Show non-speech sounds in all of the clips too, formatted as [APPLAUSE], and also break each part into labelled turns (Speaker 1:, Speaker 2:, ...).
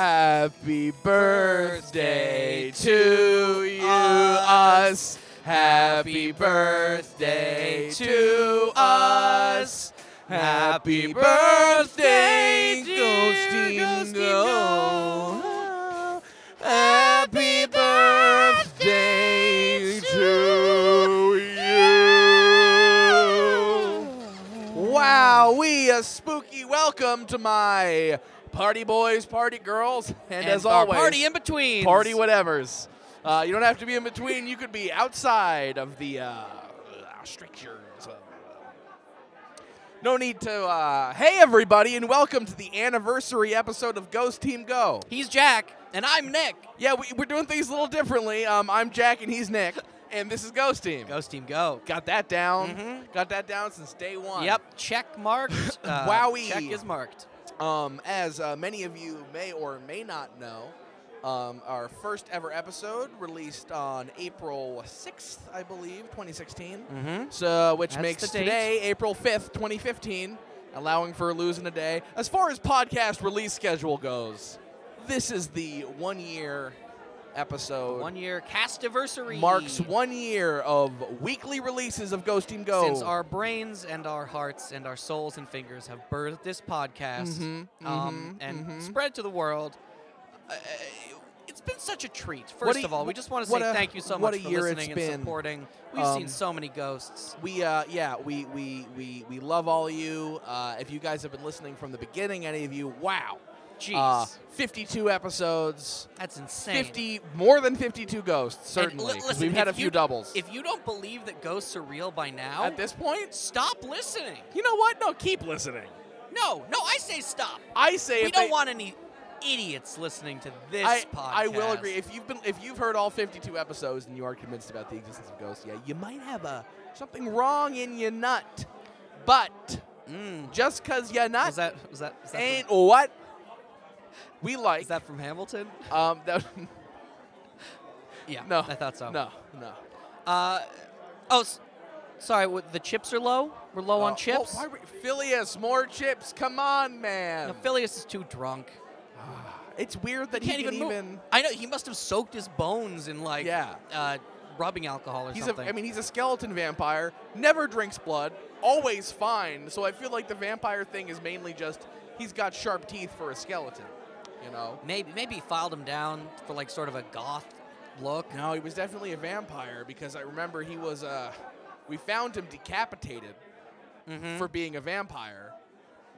Speaker 1: Happy birthday to you, us. Happy birthday to us. Happy birthday, Ghostino. Happy birthday to you. Wow, we a spooky welcome to my party boys, party girls, and,
Speaker 2: And
Speaker 1: as
Speaker 2: our
Speaker 1: always,
Speaker 2: party in between.
Speaker 1: party whatevers. Uh, you don't have to be in between. You could be outside of the uh, uh, strictures. of- No need to. Uh, hey, everybody, and welcome to the anniversary episode of Ghost Team Go.
Speaker 2: He's Jack, and I'm Nick.
Speaker 1: Yeah, we, we're doing things a little differently. Um, I'm Jack, and he's Nick, and this is Ghost Team.
Speaker 2: Ghost Team Go.
Speaker 1: Got that down.
Speaker 2: Mhm.
Speaker 1: Got that down since day one.
Speaker 2: Yep,
Speaker 1: [LAUGHS]
Speaker 2: check marked. Uh,
Speaker 1: Wowie.
Speaker 2: Check is marked.
Speaker 1: Um, as uh, many of you may or may not know, um, our first ever episode released on April 6th, I believe, 2016.
Speaker 2: Mm-hmm.
Speaker 1: So, which
Speaker 2: That's
Speaker 1: makes
Speaker 2: the date.
Speaker 1: today April 5th, 2015, allowing for losing a day. As far as podcast release schedule goes, this is the one year episode.
Speaker 2: One year cast anniversary
Speaker 1: Marks one year of weekly releases of Ghost Team Go.
Speaker 2: Since our brains and our hearts and our souls and fingers have birthed this podcast
Speaker 1: Mhm, mhm,
Speaker 2: um, and
Speaker 1: mhm.
Speaker 2: spread to the world, uh, it's been such a treat.
Speaker 1: What
Speaker 2: First
Speaker 1: a-
Speaker 2: of all, we just want to
Speaker 1: what
Speaker 2: say
Speaker 1: a-
Speaker 2: thank you so
Speaker 1: what
Speaker 2: much
Speaker 1: a
Speaker 2: for
Speaker 1: year
Speaker 2: listening
Speaker 1: it's
Speaker 2: and
Speaker 1: been.
Speaker 2: supporting. We've
Speaker 1: Um,
Speaker 2: seen so many ghosts.
Speaker 1: We uh, yeah, we we we we love all of you. Uh, if you guys have been listening from the beginning, any of you, wow,
Speaker 2: Jeez,
Speaker 1: uh, fifty-two episodes,
Speaker 2: that's insane.
Speaker 1: fifty more than fifty-two ghosts.
Speaker 2: And
Speaker 1: Certainly,
Speaker 2: li-
Speaker 1: 'cause
Speaker 2: listen,
Speaker 1: we've had a
Speaker 2: if
Speaker 1: few
Speaker 2: you-
Speaker 1: doubles.
Speaker 2: If you don't believe that ghosts are real by now,
Speaker 1: At this point,
Speaker 2: stop listening.
Speaker 1: you know what? No, keep listening.
Speaker 2: No, no, I say stop.
Speaker 1: I say
Speaker 2: we
Speaker 1: if
Speaker 2: don't
Speaker 1: they-
Speaker 2: want any idiots listening to this
Speaker 1: I,
Speaker 2: podcast.
Speaker 1: I will agree. If you've been, if you've heard all fifty-two episodes and you are convinced about the existence of ghosts, yeah, you might have a something wrong in your nut. But
Speaker 2: Mm.
Speaker 1: just cause you're not,
Speaker 2: Was that was that is that,
Speaker 1: ain't
Speaker 2: from,
Speaker 1: what we like.
Speaker 2: is that from Hamilton?
Speaker 1: um, that, [LAUGHS]
Speaker 2: Yeah,
Speaker 1: No,
Speaker 2: I thought so.
Speaker 1: No, no.
Speaker 2: Uh, oh, s- sorry. What, the chips are low. We're low
Speaker 1: Uh,
Speaker 2: on chips.
Speaker 1: Oh, why were- Phileas, more chips. Come on, man.
Speaker 2: no, Phileas is too drunk.
Speaker 1: it's weird that he
Speaker 2: Can't
Speaker 1: can
Speaker 2: even, move. I know he must have soaked his bones in like
Speaker 1: Yeah.
Speaker 2: uh, rubbing alcohol or
Speaker 1: He's a,
Speaker 2: something.
Speaker 1: I mean, he's a skeleton vampire. Never drinks blood. Always fine. So I feel like the vampire thing is mainly just he's got sharp teeth for a skeleton. You know.
Speaker 2: maybe maybe he filed him down for like sort of a goth look.
Speaker 1: No, he was definitely a vampire because I remember he was. Uh, we found him decapitated
Speaker 2: Mhm.
Speaker 1: for being a vampire.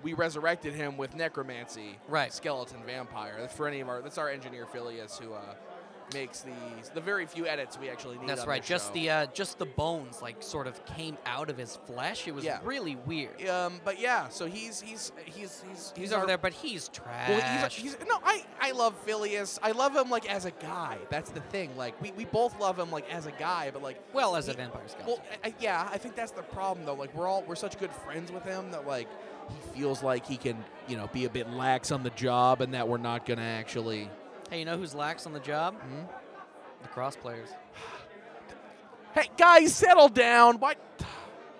Speaker 1: We resurrected him with necromancy,
Speaker 2: Right.
Speaker 1: Skeleton vampire. That's for any of our. That's our engineer Phileas who uh, makes these the very few edits we actually need.
Speaker 2: That's
Speaker 1: on
Speaker 2: right.
Speaker 1: this
Speaker 2: Just
Speaker 1: show.
Speaker 2: the uh, just the bones like sort of came out of his flesh. It was
Speaker 1: Yeah.
Speaker 2: really weird.
Speaker 1: Um, but yeah, so he's he's he's he's
Speaker 2: He's over there, but he's trash.
Speaker 1: Well, he's, he's, no, I, I love Phileas. I love him like as a guy. That's the thing. Like we, we both love him like as a guy, but like
Speaker 2: well, as a
Speaker 1: he-
Speaker 2: vampire skeleton.
Speaker 1: Well, I, I- yeah, I think that's the problem though. Like we're all we're such good friends with him that like he feels like he can you know be a bit lax on the job and that we're not gonna actually.
Speaker 2: hey, you know who's lax on the job?
Speaker 1: Hmm?
Speaker 2: The cross players.
Speaker 1: Hey guys, settle down. Why?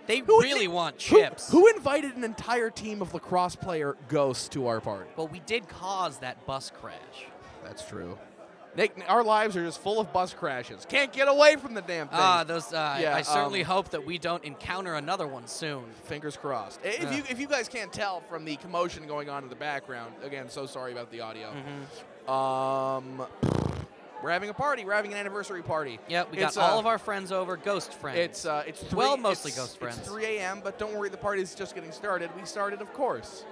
Speaker 2: They
Speaker 1: Who
Speaker 2: really
Speaker 1: thi-
Speaker 2: want
Speaker 1: who-
Speaker 2: chips.
Speaker 1: Who, invited an entire team of lacrosse player ghosts to our party?
Speaker 2: But we did cause that bus crash.
Speaker 1: That's true. Nick, our lives are just full of bus crashes. Can't get away from the damn thing.
Speaker 2: Ah, those. Uh,
Speaker 1: Yeah,
Speaker 2: I certainly
Speaker 1: um,
Speaker 2: hope that we don't encounter another one soon.
Speaker 1: Fingers crossed. I- If
Speaker 2: Yeah.
Speaker 1: you if you guys can't tell from the commotion going on in the background, again, so sorry about the audio.
Speaker 2: Mm-hmm.
Speaker 1: Um, we're having a party. We're having an anniversary party.
Speaker 2: Yep, we
Speaker 1: It's,
Speaker 2: got
Speaker 1: uh,
Speaker 2: all of our friends over, ghost friends.
Speaker 1: It's uh, it's three,
Speaker 2: Well, mostly
Speaker 1: it's-
Speaker 2: ghost friends.
Speaker 1: It's 3 a.m., but don't worry, the party's just getting started. We started, of course,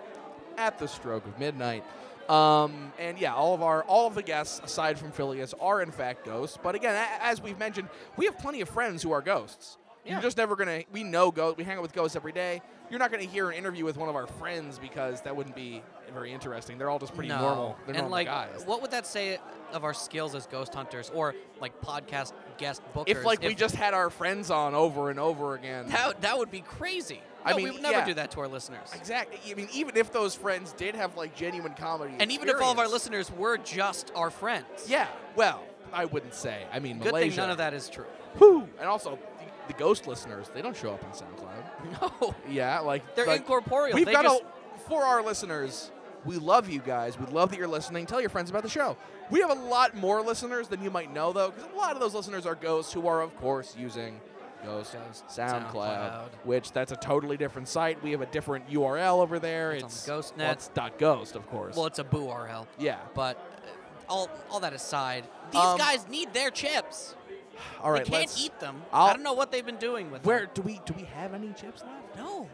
Speaker 1: at the stroke of midnight. Um, and yeah, all of our all of the guests aside from Phileas are in fact ghosts. But again, a- as we've mentioned, we have plenty of friends who are ghosts.
Speaker 2: Yeah.
Speaker 1: You're just never gonna. We know ghosts. We hang out with ghosts every day. You're not gonna hear an interview with one of our friends because that wouldn't be very interesting. They're all just pretty
Speaker 2: No.
Speaker 1: normal. They're
Speaker 2: and
Speaker 1: normal
Speaker 2: like,
Speaker 1: guys.
Speaker 2: what would that say of our skills as ghost hunters or like podcast guest bookers?
Speaker 1: If like we just had our friends on over and over again,
Speaker 2: that that would be crazy.
Speaker 1: I
Speaker 2: No,
Speaker 1: mean,
Speaker 2: we would never
Speaker 1: yeah.
Speaker 2: do that to our listeners.
Speaker 1: Exactly. I mean, even if those friends did have like genuine comedy,
Speaker 2: And even if all of our
Speaker 1: experience-
Speaker 2: listeners were just our friends,
Speaker 1: yeah, well, I wouldn't say. I mean,
Speaker 2: good
Speaker 1: Malaysia.
Speaker 2: thing none of that is true.
Speaker 1: Whew. And also, the, the ghost listeners, they don't show up on SoundCloud.
Speaker 2: [LAUGHS] No,
Speaker 1: Yeah, like
Speaker 2: they're
Speaker 1: like,
Speaker 2: incorporeal.
Speaker 1: We've
Speaker 2: they
Speaker 1: got
Speaker 2: just,
Speaker 1: a for our listeners. We love you guys. We love that you're listening. Tell your friends about the show. We have a lot more listeners than you might know, though, because a lot of those listeners are ghosts who are, of course, using Ghost,
Speaker 2: Ghost
Speaker 1: SoundCloud,
Speaker 2: SoundCloud.
Speaker 1: which that's a totally different site. We have a different URL over there.
Speaker 2: It's on
Speaker 1: it's
Speaker 2: the Ghost
Speaker 1: well,
Speaker 2: net.
Speaker 1: it's dot .ghost, of course.
Speaker 2: Well, it's a boo RL.
Speaker 1: yeah.
Speaker 2: But uh, all all that aside, these
Speaker 1: Um,
Speaker 2: guys need their chips.
Speaker 1: All right.
Speaker 2: they can't
Speaker 1: let's-
Speaker 2: eat them.
Speaker 1: I'll-
Speaker 2: I do not know what they've been doing with
Speaker 1: Where
Speaker 2: them.
Speaker 1: do we do we have any chips left?
Speaker 2: No.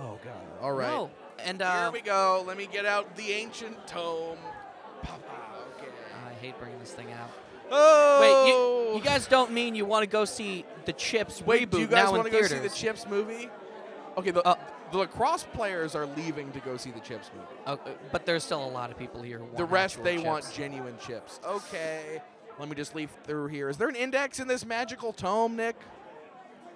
Speaker 1: Oh God. All right.
Speaker 2: No. And uh,
Speaker 1: Here we go. Let me get out the ancient tome. Papa. Okay.
Speaker 2: I hate bringing this thing out. Wait,
Speaker 1: Oh.
Speaker 2: you, you guys don't mean you want to go see the Chips
Speaker 1: Wait,
Speaker 2: reboot
Speaker 1: do you guys
Speaker 2: now in
Speaker 1: want to go see the
Speaker 2: theaters.
Speaker 1: Chips movie? Okay, the,
Speaker 2: Uh,
Speaker 1: the lacrosse players are leaving to go see the Chips movie.
Speaker 2: Uh, but there's still a lot of people here. Who want
Speaker 1: The rest,
Speaker 2: actual
Speaker 1: they
Speaker 2: chips.
Speaker 1: want genuine chips. Okay, let me just leaf through here. Is there an index in this magical tome, Nick?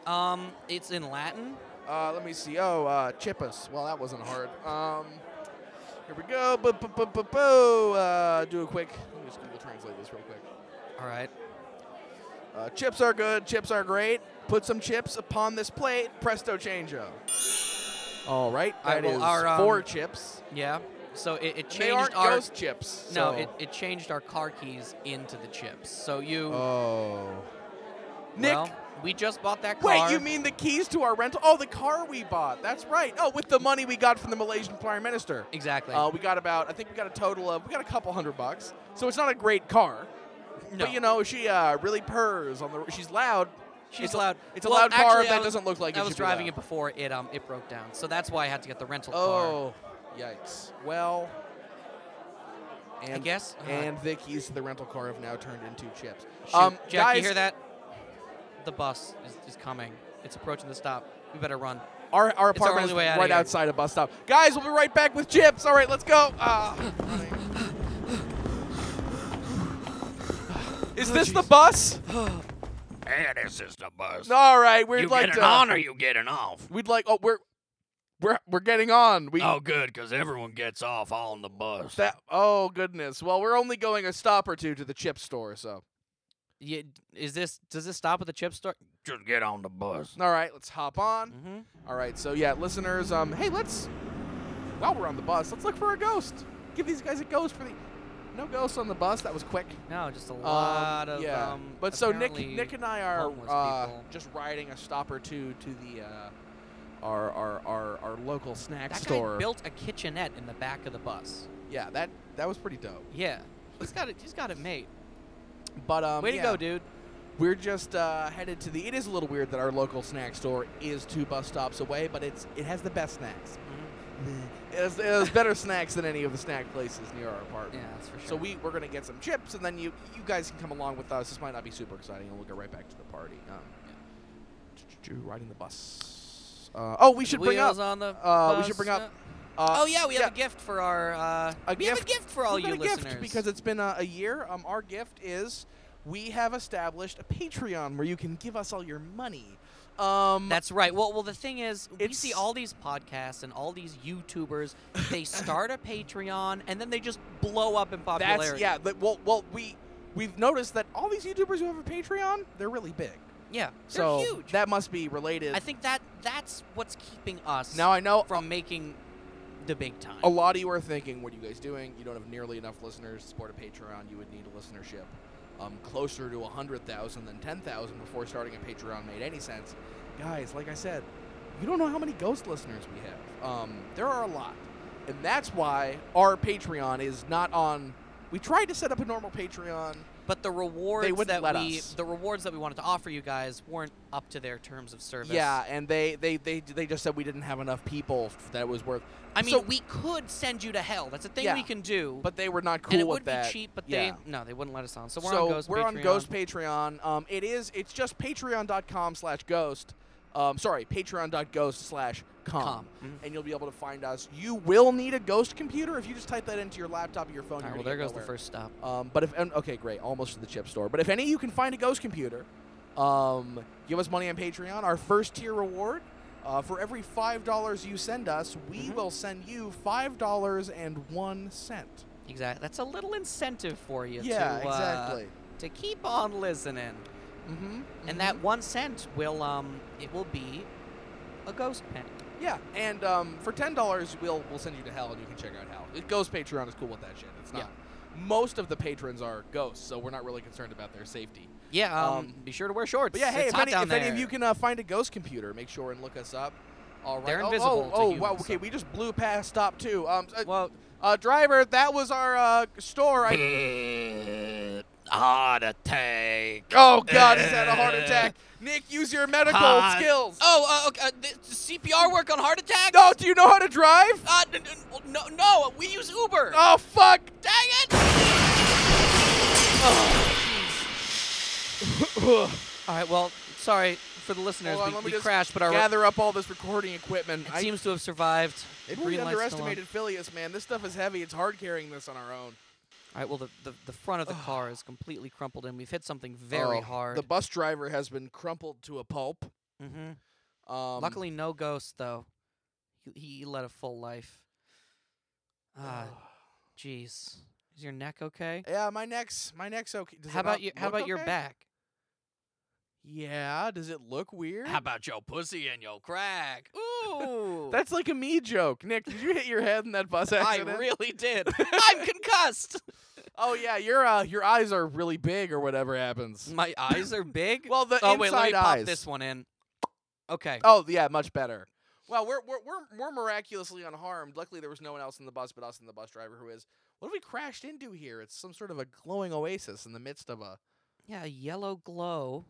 Speaker 2: Um, it's in Latin.
Speaker 1: Uh, let me see. Oh, uh, Chippus. Well, that wasn't hard. Um, here we go. Bu- bu- bu- bu- bu. Uh, do a quick. Let me just Google translate this real quick.
Speaker 2: All right.
Speaker 1: Uh, chips are good. Chips are great. Put some chips upon this plate. Presto changeo. All right,
Speaker 2: All
Speaker 1: that
Speaker 2: right,
Speaker 1: is
Speaker 2: well, our, um,
Speaker 1: four chips.
Speaker 2: Yeah. So it, it
Speaker 1: they
Speaker 2: changed
Speaker 1: aren't
Speaker 2: our
Speaker 1: ghost chips.
Speaker 2: no,
Speaker 1: so-
Speaker 2: it, it changed our car keys into the chips. So you
Speaker 1: oh. Nick.
Speaker 2: well, we just bought that
Speaker 1: Wait,
Speaker 2: car.
Speaker 1: you mean the keys to our rental? Oh, the car we bought. That's right. Oh, with the money we got from the Malaysian prime minister.
Speaker 2: exactly?
Speaker 1: Uh, we got about, I think we got a total of, we got a couple hundred bucks. So it's not a great car.
Speaker 2: no,
Speaker 1: But you know, she uh, really purrs on the. She's loud.
Speaker 2: she's
Speaker 1: it's a-
Speaker 2: loud.
Speaker 1: it's a
Speaker 2: Well,
Speaker 1: loud car
Speaker 2: actually, I
Speaker 1: that
Speaker 2: was-
Speaker 1: doesn't look like
Speaker 2: I
Speaker 1: it
Speaker 2: was
Speaker 1: should be
Speaker 2: driving
Speaker 1: loud.
Speaker 2: it before it um it broke down. So that's why I had to get the rental car.
Speaker 1: Oh, yikes. Well, and,
Speaker 2: guess, uh,
Speaker 1: and the keys to the rental car have now turned into chips.
Speaker 2: Shoot,
Speaker 1: um,
Speaker 2: Jack,
Speaker 1: guys,
Speaker 2: you hear that? The bus is, is coming. It's approaching the stop. We better run.
Speaker 1: Our, our
Speaker 2: It's our
Speaker 1: apartment
Speaker 2: only way
Speaker 1: is
Speaker 2: out of
Speaker 1: right
Speaker 2: here.
Speaker 1: outside a bus stop. Guys, we'll be right back with chips. All right, let's go. Ah, running.
Speaker 2: Oh,
Speaker 1: is this the bus?
Speaker 3: Hey, this is the bus.
Speaker 1: All right, we'd
Speaker 3: you
Speaker 1: like
Speaker 3: getting
Speaker 1: to.
Speaker 3: on or you getting off?
Speaker 1: We'd like. Oh, we're we're we're getting on. We
Speaker 3: Oh, good, 'cause everyone gets off on the bus.
Speaker 1: that. Oh goodness. Well, we're only going a stop or two to the chip store. So
Speaker 2: Yeah, is this does this stop at the chip store?
Speaker 3: Just get on the bus.
Speaker 1: all right, let's hop on.
Speaker 2: Mm-hmm.
Speaker 1: All right. So yeah, listeners. Um. Hey, let's. While we're on the bus, let's look for a ghost. Give these guys a ghost for the. No ghosts on the bus. That was quick.
Speaker 2: No, just a
Speaker 1: Um,
Speaker 2: lot of
Speaker 1: yeah.
Speaker 2: um.
Speaker 1: but so Nick,
Speaker 2: apparently
Speaker 1: Nick and I are
Speaker 2: homeless
Speaker 1: uh,
Speaker 2: people.
Speaker 1: just riding a stop or two to the uh, our, our our our local snack
Speaker 2: that
Speaker 1: store.
Speaker 2: guy built a kitchenette in the back of the bus.
Speaker 1: yeah, that that was pretty dope.
Speaker 2: Yeah, he's got it. He's got it made.
Speaker 1: But um,
Speaker 2: Way
Speaker 1: yeah.
Speaker 2: to go, dude.
Speaker 1: We're just uh, headed to the. It is a little weird that our local snack store is two bus stops away, but it's it has the best snacks. It has, it has better snacks than any of the snack places near our
Speaker 2: Yeah,
Speaker 1: apartment.
Speaker 2: that's for sure.
Speaker 1: So we we're gonna get some chips, and then you you guys can come along with us. This might not be super exciting, and we'll go right back to the party. Um, yeah. Riding the bus. Uh, oh, we should bring up.
Speaker 2: Wheels on the
Speaker 1: Uh, we
Speaker 2: bus,
Speaker 1: should bring up.
Speaker 2: uh,
Speaker 1: Uh,
Speaker 2: oh yeah, we have
Speaker 1: yeah.
Speaker 2: a gift for our. Uh,
Speaker 1: A
Speaker 2: we have a
Speaker 1: gift-
Speaker 2: gift for all
Speaker 1: We've
Speaker 2: you
Speaker 1: got a
Speaker 2: listeners.
Speaker 1: gift because it's been a, a year. Um, our gift is we have established a Patreon where you can give us all your money. Um,
Speaker 2: That's right. Well, well, the thing is, we see
Speaker 1: It's-
Speaker 2: all these podcasts and all these YouTubers.
Speaker 1: [LAUGHS]
Speaker 2: They start a Patreon and then they just blow up in popularity.
Speaker 1: that's yeah. That, well, well, we we've noticed that all these YouTubers who have a Patreon, they're really big.
Speaker 2: yeah. They're
Speaker 1: so
Speaker 2: huge.
Speaker 1: that must be related.
Speaker 2: I think that that's what's keeping us
Speaker 1: now I Oh, know
Speaker 2: from making the big time.
Speaker 1: a lot of you are thinking, what are you guys doing? You don't have nearly enough listeners to support a Patreon. You would need a listenership um, closer to 100,000 than 10,000 before starting a Patreon made any sense. Guys, like I said, you don't know how many ghost listeners we have. Um, there are a lot. And that's why our Patreon is not on. We tried to set up a normal Patreon.
Speaker 2: But the rewards
Speaker 1: wouldn't
Speaker 2: that
Speaker 1: let
Speaker 2: we
Speaker 1: us.
Speaker 2: the rewards that we wanted to offer you guys weren't up to their terms of service.
Speaker 1: Yeah, and they, they, they, they just said we didn't have enough people that it was worth.
Speaker 2: I mean,
Speaker 1: so-
Speaker 2: we could send you to hell. That's a thing
Speaker 1: Yeah.
Speaker 2: we can do.
Speaker 1: But they were not cool
Speaker 2: and it
Speaker 1: with
Speaker 2: would
Speaker 1: that.
Speaker 2: be cheap, but
Speaker 1: yeah.
Speaker 2: they no, they wouldn't let us on. So we're
Speaker 1: so
Speaker 2: on Ghost
Speaker 1: we're
Speaker 2: Patreon.
Speaker 1: on Ghost Patreon. Um, it is. It's just patreon.com slash ghost. Um, sorry, patreon.ghost slash com.
Speaker 2: Com. Mhm.
Speaker 1: And you'll be able to find us. You will need a ghost computer if you just type that into your laptop or your phone.
Speaker 2: All
Speaker 1: you're gonna
Speaker 2: right, well, there
Speaker 1: get
Speaker 2: goes the
Speaker 1: nowhere.
Speaker 2: first stop.
Speaker 1: Um, but if and, okay, great, almost to the chip store. But if any, of you can find a ghost computer. Um, give us money on Patreon. Our first tier reward. Uh, for every five dollars you send us, we
Speaker 2: Mhm.
Speaker 1: will send you five dollars and one cent.
Speaker 2: Exactly. That's a little incentive for you.
Speaker 1: yeah,
Speaker 2: to, uh,
Speaker 1: exactly.
Speaker 2: to keep on listening,
Speaker 1: Mm-hmm.
Speaker 2: and that one cent will um, it will be a ghost penny.
Speaker 1: Yeah, and um, for ten dollars, we'll we'll send you to hell, and you can check out hell. It Ghost Patreon is cool with that shit. It's
Speaker 2: Yeah.
Speaker 1: not. Most of the patrons are ghosts, so we're not really concerned about their safety.
Speaker 2: Yeah, um,
Speaker 1: Um,
Speaker 2: be sure to wear shorts.
Speaker 1: But yeah, hey,
Speaker 2: it's
Speaker 1: if,
Speaker 2: hot
Speaker 1: any,
Speaker 2: down
Speaker 1: if any of
Speaker 2: there.
Speaker 1: you can uh, find a ghost computer, make sure and look us up. All right.
Speaker 2: They're
Speaker 1: oh,
Speaker 2: invisible
Speaker 1: Oh, oh, wow.
Speaker 2: to humans,
Speaker 1: Okay,
Speaker 2: so-
Speaker 1: we just blew past stop two. Um, uh,
Speaker 2: Well-
Speaker 1: uh, driver, that was our uh, store.
Speaker 2: [LAUGHS]
Speaker 1: I,
Speaker 3: Heart attack.
Speaker 1: oh God, he's had a heart attack. Nick, use your medical
Speaker 3: Hot.
Speaker 1: skills.
Speaker 2: Oh, uh, okay, uh, th- CPR work on heart attack?
Speaker 1: No, do you know how to drive?
Speaker 2: Uh, n- n- no, no, we use Uber.
Speaker 1: Oh fuck!
Speaker 2: Dang it! All right, well, sorry for the listeners.
Speaker 1: Hold on,
Speaker 2: we
Speaker 1: let me
Speaker 2: we
Speaker 1: just
Speaker 2: crashed, but our
Speaker 1: gather up all this recording equipment.
Speaker 2: it
Speaker 1: I,
Speaker 2: seems to have survived.
Speaker 1: They
Speaker 2: Green
Speaker 1: really
Speaker 2: light's still on.
Speaker 1: underestimated Phileas, man. This stuff is heavy. It's hard carrying this on our own.
Speaker 2: All right, well, the, the, the front of the car is completely crumpled, and we've hit something very
Speaker 1: Oh,
Speaker 2: hard.
Speaker 1: The bus driver has been crumpled to a pulp.
Speaker 2: Mhm.
Speaker 1: Um, [SIGHS]
Speaker 2: Luckily, no ghost, though. He, he led a full life. Ah, jeez. Is your neck okay?
Speaker 1: yeah, my neck's my neck's okay. Does
Speaker 2: how
Speaker 1: it
Speaker 2: about
Speaker 1: not
Speaker 2: your How
Speaker 1: look
Speaker 2: about your
Speaker 1: okay?
Speaker 2: back?
Speaker 1: Yeah, does it look weird?
Speaker 3: How about your pussy and your crack?
Speaker 2: [LAUGHS] Ooh,
Speaker 1: That's like a me joke. Nick, did you hit your head in that bus
Speaker 2: [LAUGHS] I
Speaker 1: accident?
Speaker 2: really
Speaker 1: [LAUGHS]
Speaker 2: did. I'm concussed.
Speaker 1: oh yeah, your uh, your eyes are really big or whatever happens.
Speaker 2: My eyes are big.
Speaker 1: Well, the
Speaker 2: Mm, oh
Speaker 1: inside
Speaker 2: wait, let me
Speaker 1: eyes.
Speaker 2: pop this one in. Okay.
Speaker 1: Oh yeah, much better. Well, we're we're we're, we're miraculously unharmed. Luckily, there was no one else in the bus but us and the bus driver, who is. What have we crashed into here? It's some sort of a glowing oasis in the midst of a.
Speaker 2: Yeah, yellow glow,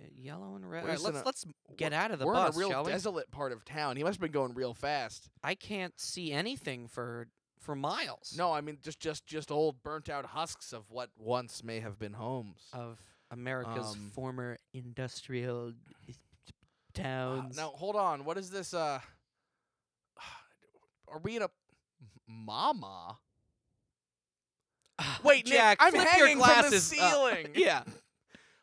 Speaker 2: Uh, yellow and red.
Speaker 1: We're
Speaker 2: All right,
Speaker 1: just in
Speaker 2: let's
Speaker 1: a-
Speaker 2: let's get out of the
Speaker 1: we're in
Speaker 2: bus,
Speaker 1: a real
Speaker 2: shall we?
Speaker 1: desolate part of town. He must have been going real fast.
Speaker 2: I can't see anything for for miles.
Speaker 1: No, I mean just just just old burnt out husks of what once may have been homes.
Speaker 2: Of America's
Speaker 1: Um,
Speaker 2: former industrial
Speaker 1: Uh,
Speaker 2: towns. [SIGHS]
Speaker 1: now hold on. What is this? Uh, [SIGHS] are we in a mama? Wait, Nick,
Speaker 2: Jack,
Speaker 1: I'm
Speaker 2: flip
Speaker 1: hanging
Speaker 2: your glasses
Speaker 1: from the
Speaker 2: up.
Speaker 1: ceiling. [LAUGHS]
Speaker 2: yeah.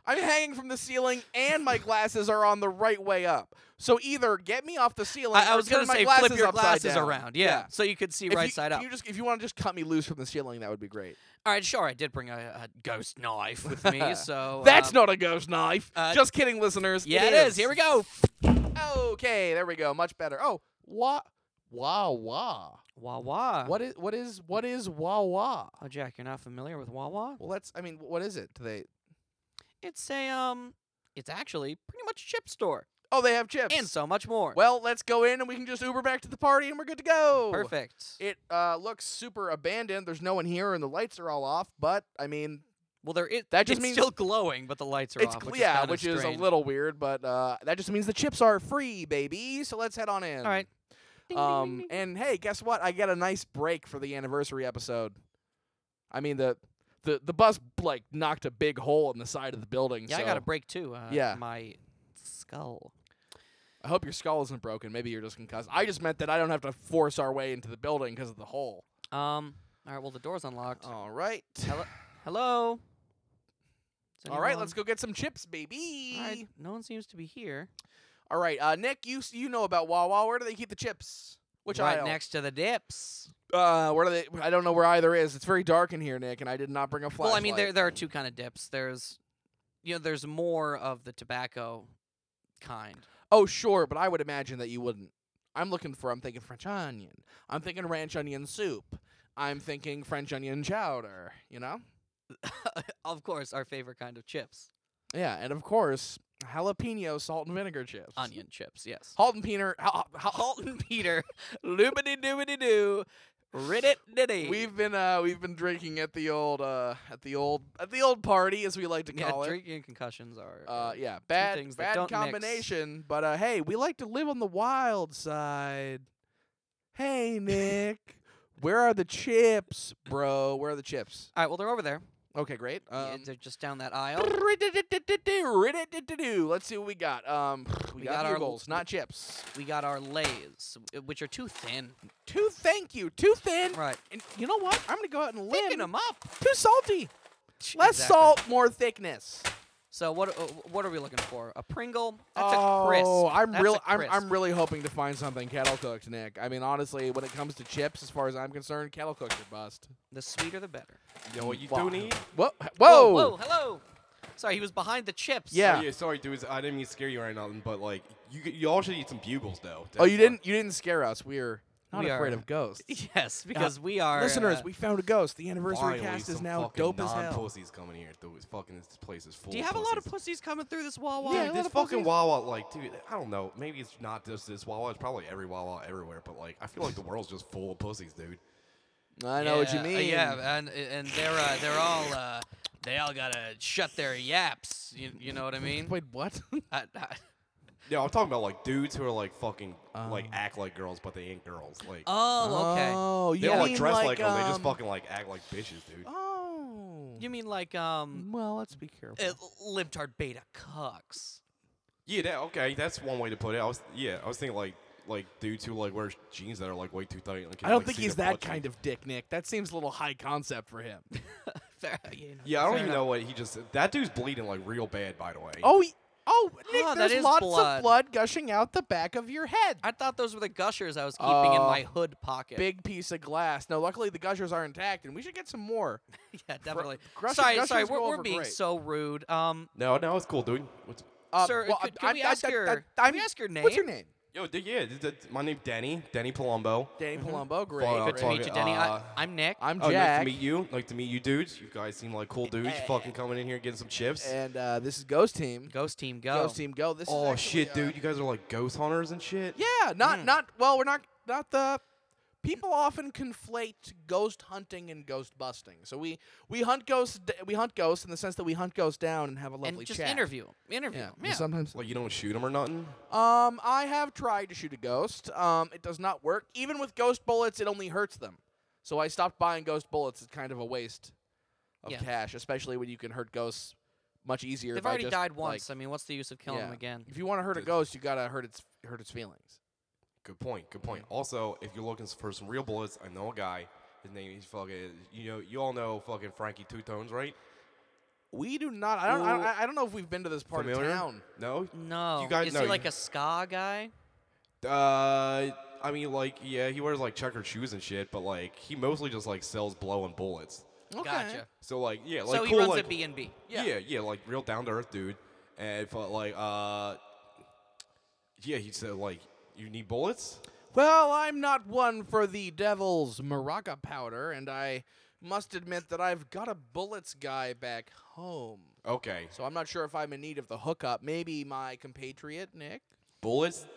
Speaker 1: I'm hanging from the ceiling, and my glasses are on the right way up. So either get me off the ceiling.
Speaker 2: I, I
Speaker 1: or
Speaker 2: was gonna
Speaker 1: turn my
Speaker 2: say
Speaker 1: glasses
Speaker 2: flip your
Speaker 1: upside
Speaker 2: glasses
Speaker 1: down.
Speaker 2: around, yeah, so you could see
Speaker 1: If
Speaker 2: right
Speaker 1: you,
Speaker 2: side
Speaker 1: can
Speaker 2: up.
Speaker 1: You just, if you want to just cut me loose from the ceiling, that would be great.
Speaker 2: All right, sure, I did bring a, a ghost knife with
Speaker 1: [LAUGHS]
Speaker 2: me, so
Speaker 1: That's
Speaker 2: um,
Speaker 1: not a ghost knife.
Speaker 2: uh,
Speaker 1: just kidding, listeners.
Speaker 2: Yeah, it is. Here we go.
Speaker 1: Okay, there we go. Much better. Oh, wah, wah, wah.
Speaker 2: Wah wah.
Speaker 1: What is what is what is wah wah?
Speaker 2: Oh, Jack, you're not familiar with Wawa?
Speaker 1: Well, that's. I mean, what is it? Do they?
Speaker 2: It's a um, it's actually pretty much a chip store
Speaker 1: Oh, they have chips.
Speaker 2: and so much more.
Speaker 1: well, let's go in and we can just Uber back to the party and we're good to go.
Speaker 2: perfect.
Speaker 1: It uh, looks super abandoned. There's no one here, and the lights are all off. But I mean,
Speaker 2: well, there is
Speaker 1: that just
Speaker 2: it's
Speaker 1: means-
Speaker 2: still glowing, but the lights are
Speaker 1: it's
Speaker 2: off.
Speaker 1: cl-
Speaker 2: Which is
Speaker 1: yeah,
Speaker 2: kinda
Speaker 1: which is a
Speaker 2: strange.
Speaker 1: little weird. But uh, that just means the chips are free, baby. So let's head on in.
Speaker 2: All right. Ding, ding, ding,
Speaker 1: Um,
Speaker 2: ding.
Speaker 1: and hey, guess what? I get a nice break for the anniversary episode. I mean the the the bus like knocked a big hole in the side of the building.
Speaker 2: yeah,
Speaker 1: so
Speaker 2: I got a break too. Uh,
Speaker 1: Yeah.
Speaker 2: my skull.
Speaker 1: I hope your skull isn't broken. Maybe you're just concussed. I just meant that I don't have to force our way into the building because of the hole.
Speaker 2: Um. All right. Well, the door's unlocked.
Speaker 1: All right.
Speaker 2: Hello. Hello. Is
Speaker 1: All right,
Speaker 2: anyone-
Speaker 1: let's go get some chips, baby.
Speaker 2: All right. No one seems to be here.
Speaker 1: All right, uh, Nick, you s- you know about Wawa? Where do they keep the chips? Which
Speaker 2: right
Speaker 1: aisle?
Speaker 2: next to the dips.
Speaker 1: Uh, where do they? I don't know where either is. It's very dark in here, Nick, and I did not bring a flashlight.
Speaker 2: Well, I mean, there there are two kind of dips. There's, you know, there's more of the tobacco kind.
Speaker 1: Oh, sure, but I would imagine that you wouldn't. I'm looking for. I'm thinking French onion. I'm thinking ranch onion soup. I'm thinking French onion chowder. You know?
Speaker 2: of course, our favorite kind of chips,
Speaker 1: Yeah, and of course jalapeno salt and vinegar chips.
Speaker 2: onion chips. Yes.
Speaker 1: Halt and Peter. Hal- hal-
Speaker 2: Halton [LAUGHS] Peter, loobity doobity doo, ridit diddy.
Speaker 1: We've been uh, we've been drinking at the old uh, at the old at the old party as we like to
Speaker 2: [LAUGHS] yeah,
Speaker 1: call it.
Speaker 2: drinking concussions are.
Speaker 1: Uh, yeah, bad
Speaker 2: things
Speaker 1: bad
Speaker 2: that don't mix.
Speaker 1: combination. But uh, hey, we like to live on the wild side. Hey, Nick, where are the chips, bro? Where are the chips?
Speaker 2: All right. Well, they're over there.
Speaker 1: Okay, great.
Speaker 2: Yeah,
Speaker 1: Um, [LAUGHS]
Speaker 2: they're just down that aisle.
Speaker 1: Let's see what we got. Um, we,
Speaker 2: We
Speaker 1: got,
Speaker 2: got our-
Speaker 1: Eagles, not chips.
Speaker 2: We got our lays, w- which are too thin.
Speaker 1: Too thank you, too thin.
Speaker 2: Right.
Speaker 1: And you know what? I'm gonna go out and
Speaker 2: Picking
Speaker 1: limb.
Speaker 2: them up.
Speaker 1: Too salty. Less
Speaker 2: Exactly.
Speaker 1: salt, more thickness.
Speaker 2: So what? Uh, what are we looking for? A Pringle. That's
Speaker 1: oh,
Speaker 2: a crisp.
Speaker 1: I'm
Speaker 2: That's
Speaker 1: real.
Speaker 2: a
Speaker 1: I'm,
Speaker 2: crisp.
Speaker 1: I'm really hoping to find something kettle cooked, Nick. I mean, honestly, when it comes to chips, as far as I'm concerned, kettle cooked are bust.
Speaker 2: The sweeter the better.
Speaker 4: You know what you
Speaker 1: Wha-
Speaker 4: do need?
Speaker 1: Whoa! Whoa!
Speaker 2: Whoa! Whoa! Hello. Sorry, he was behind the chips.
Speaker 1: Yeah.
Speaker 4: Oh, yeah, sorry, dude. I didn't mean to scare you or nothing, but like, You g- you all should eat some bugles though.
Speaker 1: Oh, you didn't you didn't scare us. We're not
Speaker 2: [LAUGHS] We
Speaker 1: afraid
Speaker 2: are-
Speaker 1: of ghosts.
Speaker 2: [LAUGHS] Yes, because we are
Speaker 1: Listeners,
Speaker 2: uh,
Speaker 1: we found a ghost. The anniversary cast is now dope as hell.
Speaker 4: Pussies coming here. Dude, It's fucking this place is full.
Speaker 2: Do you have a lot of
Speaker 4: pussies.
Speaker 2: pussies coming through this Wawa?
Speaker 4: Yeah, this fucking Wawa, like, dude, I don't know. Maybe it's not just this Wawa. It's probably every Wawa everywhere. But like, I feel like the world's just full of pussies, dude.
Speaker 1: I know what you
Speaker 3: Yeah, uh,
Speaker 1: mean.
Speaker 3: Yeah, and and they're uh, they're all uh, they all gotta shut their yaps. You, you know what I mean?
Speaker 1: Wait, what?
Speaker 3: I, I,
Speaker 4: No, I'm talking about like dudes who are like fucking like
Speaker 1: Oh.
Speaker 4: act like girls, but they ain't girls. Like
Speaker 2: [LAUGHS] Oh, okay.
Speaker 1: Oh, you
Speaker 4: they don't
Speaker 1: mean
Speaker 4: like dress like, them. They just
Speaker 1: um,
Speaker 4: fucking like act like bitches, dude.
Speaker 1: Oh.
Speaker 2: You mean like um,
Speaker 1: well, let's be careful.
Speaker 2: uh, libtard beta cucks? [LAUGHS]
Speaker 4: Yeah, that, okay, that's one way to put it. I was yeah, I was thinking like like dudes who like wear jeans that are like way too tight. and can,
Speaker 1: I don't
Speaker 4: like,
Speaker 1: think
Speaker 4: see
Speaker 1: he's
Speaker 4: their
Speaker 1: that
Speaker 4: butt cheek.
Speaker 1: kind of dick, Nick. That seems a little high concept for him. [LAUGHS]
Speaker 2: Fair, you know,
Speaker 4: Yeah, I don't
Speaker 2: fair
Speaker 4: even know
Speaker 2: enough.
Speaker 4: what he just. That dude's bleeding like real bad, by the way.
Speaker 1: oh, he- oh, Nick,
Speaker 2: Ah, that
Speaker 1: there's
Speaker 2: is
Speaker 1: lots
Speaker 2: blood.
Speaker 1: of blood gushing out the back of your head.
Speaker 2: I thought those were the gushers I was keeping in my hood pocket.
Speaker 1: Uh, Big piece of glass. No, luckily the gushers are intact, and we should get some more.
Speaker 2: [LAUGHS] yeah, definitely.
Speaker 1: gushers-
Speaker 2: sorry, sorry,
Speaker 1: gushers
Speaker 2: we're,
Speaker 1: go
Speaker 2: we're
Speaker 1: over
Speaker 2: being
Speaker 1: great.
Speaker 2: so rude. Um,
Speaker 4: No, no, it's cool, dude. What's,
Speaker 1: Uh,
Speaker 2: Sir,
Speaker 1: well,
Speaker 2: could- could
Speaker 1: I'm-
Speaker 2: we
Speaker 1: I-
Speaker 2: ask
Speaker 1: I-
Speaker 2: your-
Speaker 1: I-
Speaker 2: could
Speaker 1: I'm-
Speaker 2: we ask your
Speaker 1: What's your
Speaker 2: name?
Speaker 1: name?
Speaker 4: yo, dude, yeah, th- th- my name's Danny. Danny Palumbo.
Speaker 1: Danny
Speaker 2: Mm-hmm.
Speaker 1: Palumbo. Great.
Speaker 4: Fuck,
Speaker 2: good to
Speaker 4: fuck
Speaker 2: meet
Speaker 4: it,
Speaker 2: you, Denny.
Speaker 4: uh,
Speaker 2: I, I'm Nick.
Speaker 1: I'm
Speaker 4: Oh, nice
Speaker 1: Jack,
Speaker 4: to meet you. Like to meet you, dudes. You guys seem like cool dudes. You fucking coming in here getting some chips.
Speaker 1: and uh, this is Ghost Team.
Speaker 2: Ghost Team Go.
Speaker 1: Ghost Team Go. This is
Speaker 4: oh
Speaker 1: actually,
Speaker 4: shit,
Speaker 1: uh,
Speaker 4: dude. You guys are like ghost hunters and shit.
Speaker 1: Yeah,
Speaker 2: Mm.
Speaker 1: not not well. We're not not the people often conflate ghost hunting and ghost busting. So we we hunt ghosts d- we hunt ghosts in the sense that we hunt ghosts down and have a lovely
Speaker 2: and just
Speaker 1: chat.
Speaker 2: interview 'em, Interview.
Speaker 1: Yeah,
Speaker 2: 'em,
Speaker 1: and sometimes.
Speaker 4: Like you don't shoot them or nothing.
Speaker 1: Um, I have tried to shoot a ghost. Um, it does not work. Even with ghost bullets, it only hurts them. So I stopped buying ghost bullets. It's kind of a waste of
Speaker 2: Yeah.
Speaker 1: cash, especially when you can hurt ghosts much easier.
Speaker 2: They've
Speaker 1: by
Speaker 2: already
Speaker 1: just,
Speaker 2: died
Speaker 1: like-
Speaker 2: once. I mean, what's the use of killing
Speaker 1: yeah.
Speaker 2: them again?
Speaker 1: If you want to hurt a
Speaker 4: Th-
Speaker 1: ghost, you gotta hurt its hurt its feelings.
Speaker 4: Good point. Good point. Also, if you're looking for some real bullets, I know a guy. His name is fucking. You know, you all know fucking Frankie Two Tones, right?
Speaker 1: We do not. I don't. I don't,
Speaker 4: Ooh.
Speaker 1: I don't know if we've been to this part
Speaker 4: Familiar?
Speaker 1: of town.
Speaker 4: No.
Speaker 2: No.
Speaker 4: guys-
Speaker 2: Is
Speaker 4: no,
Speaker 2: he
Speaker 4: you-
Speaker 2: like a ska guy?
Speaker 4: Uh, I mean, like, yeah, he wears like checkered shoes and shit, but like, he mostly just like sells blow and bullets.
Speaker 1: Okay.
Speaker 2: Gotcha.
Speaker 4: So like, yeah, like
Speaker 2: so he
Speaker 4: cool,
Speaker 2: runs
Speaker 4: like,
Speaker 2: a B and B.
Speaker 4: Yeah. yeah, like real down to earth dude. And if, uh, like, uh, yeah, he said like, you need bullets.
Speaker 1: Well, I'm not one for the devil's maraca powder, and I must admit that I've got a bullets guy back home.
Speaker 4: Okay,
Speaker 1: So I'm not sure if I'm in need of the hookup. Maybe my compatriot Nick.
Speaker 4: bullets,
Speaker 1: You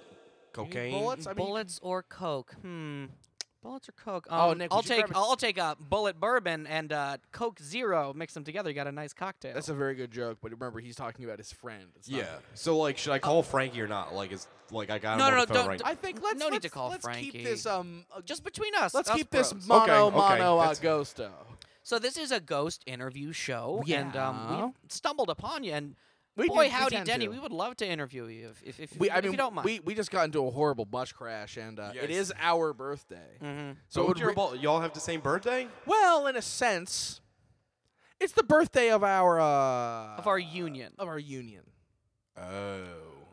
Speaker 1: need
Speaker 4: cocaine.
Speaker 1: Bullets. I mean, you
Speaker 2: Bullets or Coke? Hmm. Bullets or Coke? Um,
Speaker 1: Oh, Nick, we
Speaker 2: I'll
Speaker 1: should
Speaker 2: take
Speaker 1: grab a-
Speaker 2: I'll, I'll take a bullet bourbon and uh, Coke Zero. Mix them together. You got a nice cocktail.
Speaker 1: can- that's a very good joke, but remember he's talking about his friend. It's not
Speaker 4: Yeah.
Speaker 1: me.
Speaker 4: So like, should I call Frankie or not? Like, is like I got
Speaker 2: No,
Speaker 4: him
Speaker 2: no,
Speaker 4: on the
Speaker 2: no,
Speaker 4: phone right
Speaker 2: don't-
Speaker 1: I think let's
Speaker 2: No need
Speaker 1: let's,
Speaker 2: to call
Speaker 1: let's keep
Speaker 2: Frankie.
Speaker 1: this um. uh,
Speaker 2: Just between us.
Speaker 1: let's
Speaker 2: us
Speaker 1: keep this
Speaker 2: bros.
Speaker 1: mono
Speaker 4: okay,
Speaker 1: mono
Speaker 4: that's-
Speaker 1: agosto.
Speaker 2: So this is a ghost interview show, and
Speaker 1: Yeah.
Speaker 2: um, we stumbled upon you. And
Speaker 1: We
Speaker 2: boy,
Speaker 1: do- we
Speaker 2: howdy,
Speaker 1: tend
Speaker 2: Denny,
Speaker 1: to.
Speaker 2: we would love to interview you if if, if,
Speaker 1: We,
Speaker 2: if
Speaker 1: I mean,
Speaker 2: you don't mind.
Speaker 1: we we just got into a horrible bus crash, and uh, it
Speaker 4: Yes. Mm.
Speaker 1: is our birthday.
Speaker 2: Mhm.
Speaker 1: So it would
Speaker 4: your
Speaker 1: re-
Speaker 4: ball- y'all have the same birthday?
Speaker 1: Well, in a sense, it's the birthday of our uh,
Speaker 2: of our union,
Speaker 1: of our union
Speaker 4: Oh.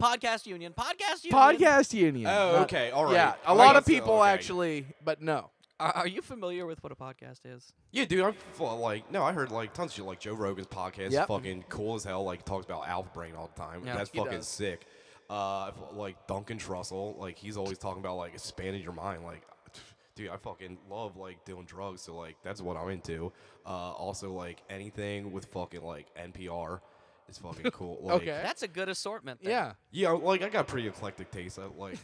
Speaker 2: podcast union, podcast union.
Speaker 1: podcast union.
Speaker 4: Oh,
Speaker 1: Not-
Speaker 4: okay. All right.
Speaker 1: Yeah, a
Speaker 4: I
Speaker 1: lot
Speaker 4: guess
Speaker 1: of
Speaker 4: so,
Speaker 1: people
Speaker 4: Oh, okay.
Speaker 1: actually, but no.
Speaker 2: Are, are you familiar with what a podcast is?
Speaker 4: Yeah, dude. I'm full of, like, no, I heard like tons of shit. Like Joe Rogan's podcast,
Speaker 1: Yep.
Speaker 4: fucking cool as hell. Like talks about Alpha Brain all the time.
Speaker 2: Yeah.
Speaker 4: That's
Speaker 1: He
Speaker 4: fucking
Speaker 1: does.
Speaker 4: sick. Uh, I feel like Duncan Trussell, like he's always talking about like expanding your mind. Like, [SIGHS] dude, I fucking love like doing drugs, so like that's what I'm into. Uh, also like anything with fucking like NPR
Speaker 1: [LAUGHS]
Speaker 4: is fucking cool. Like,
Speaker 1: Okay.
Speaker 2: That's a good assortment. There.
Speaker 1: Eh? Yeah.
Speaker 4: Yeah, like I got pretty eclectic taste. I, like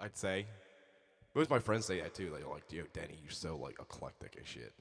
Speaker 4: I'd say, most of my friends say that too. They're like, "Yo, Denny, you're so like eclectic as shit."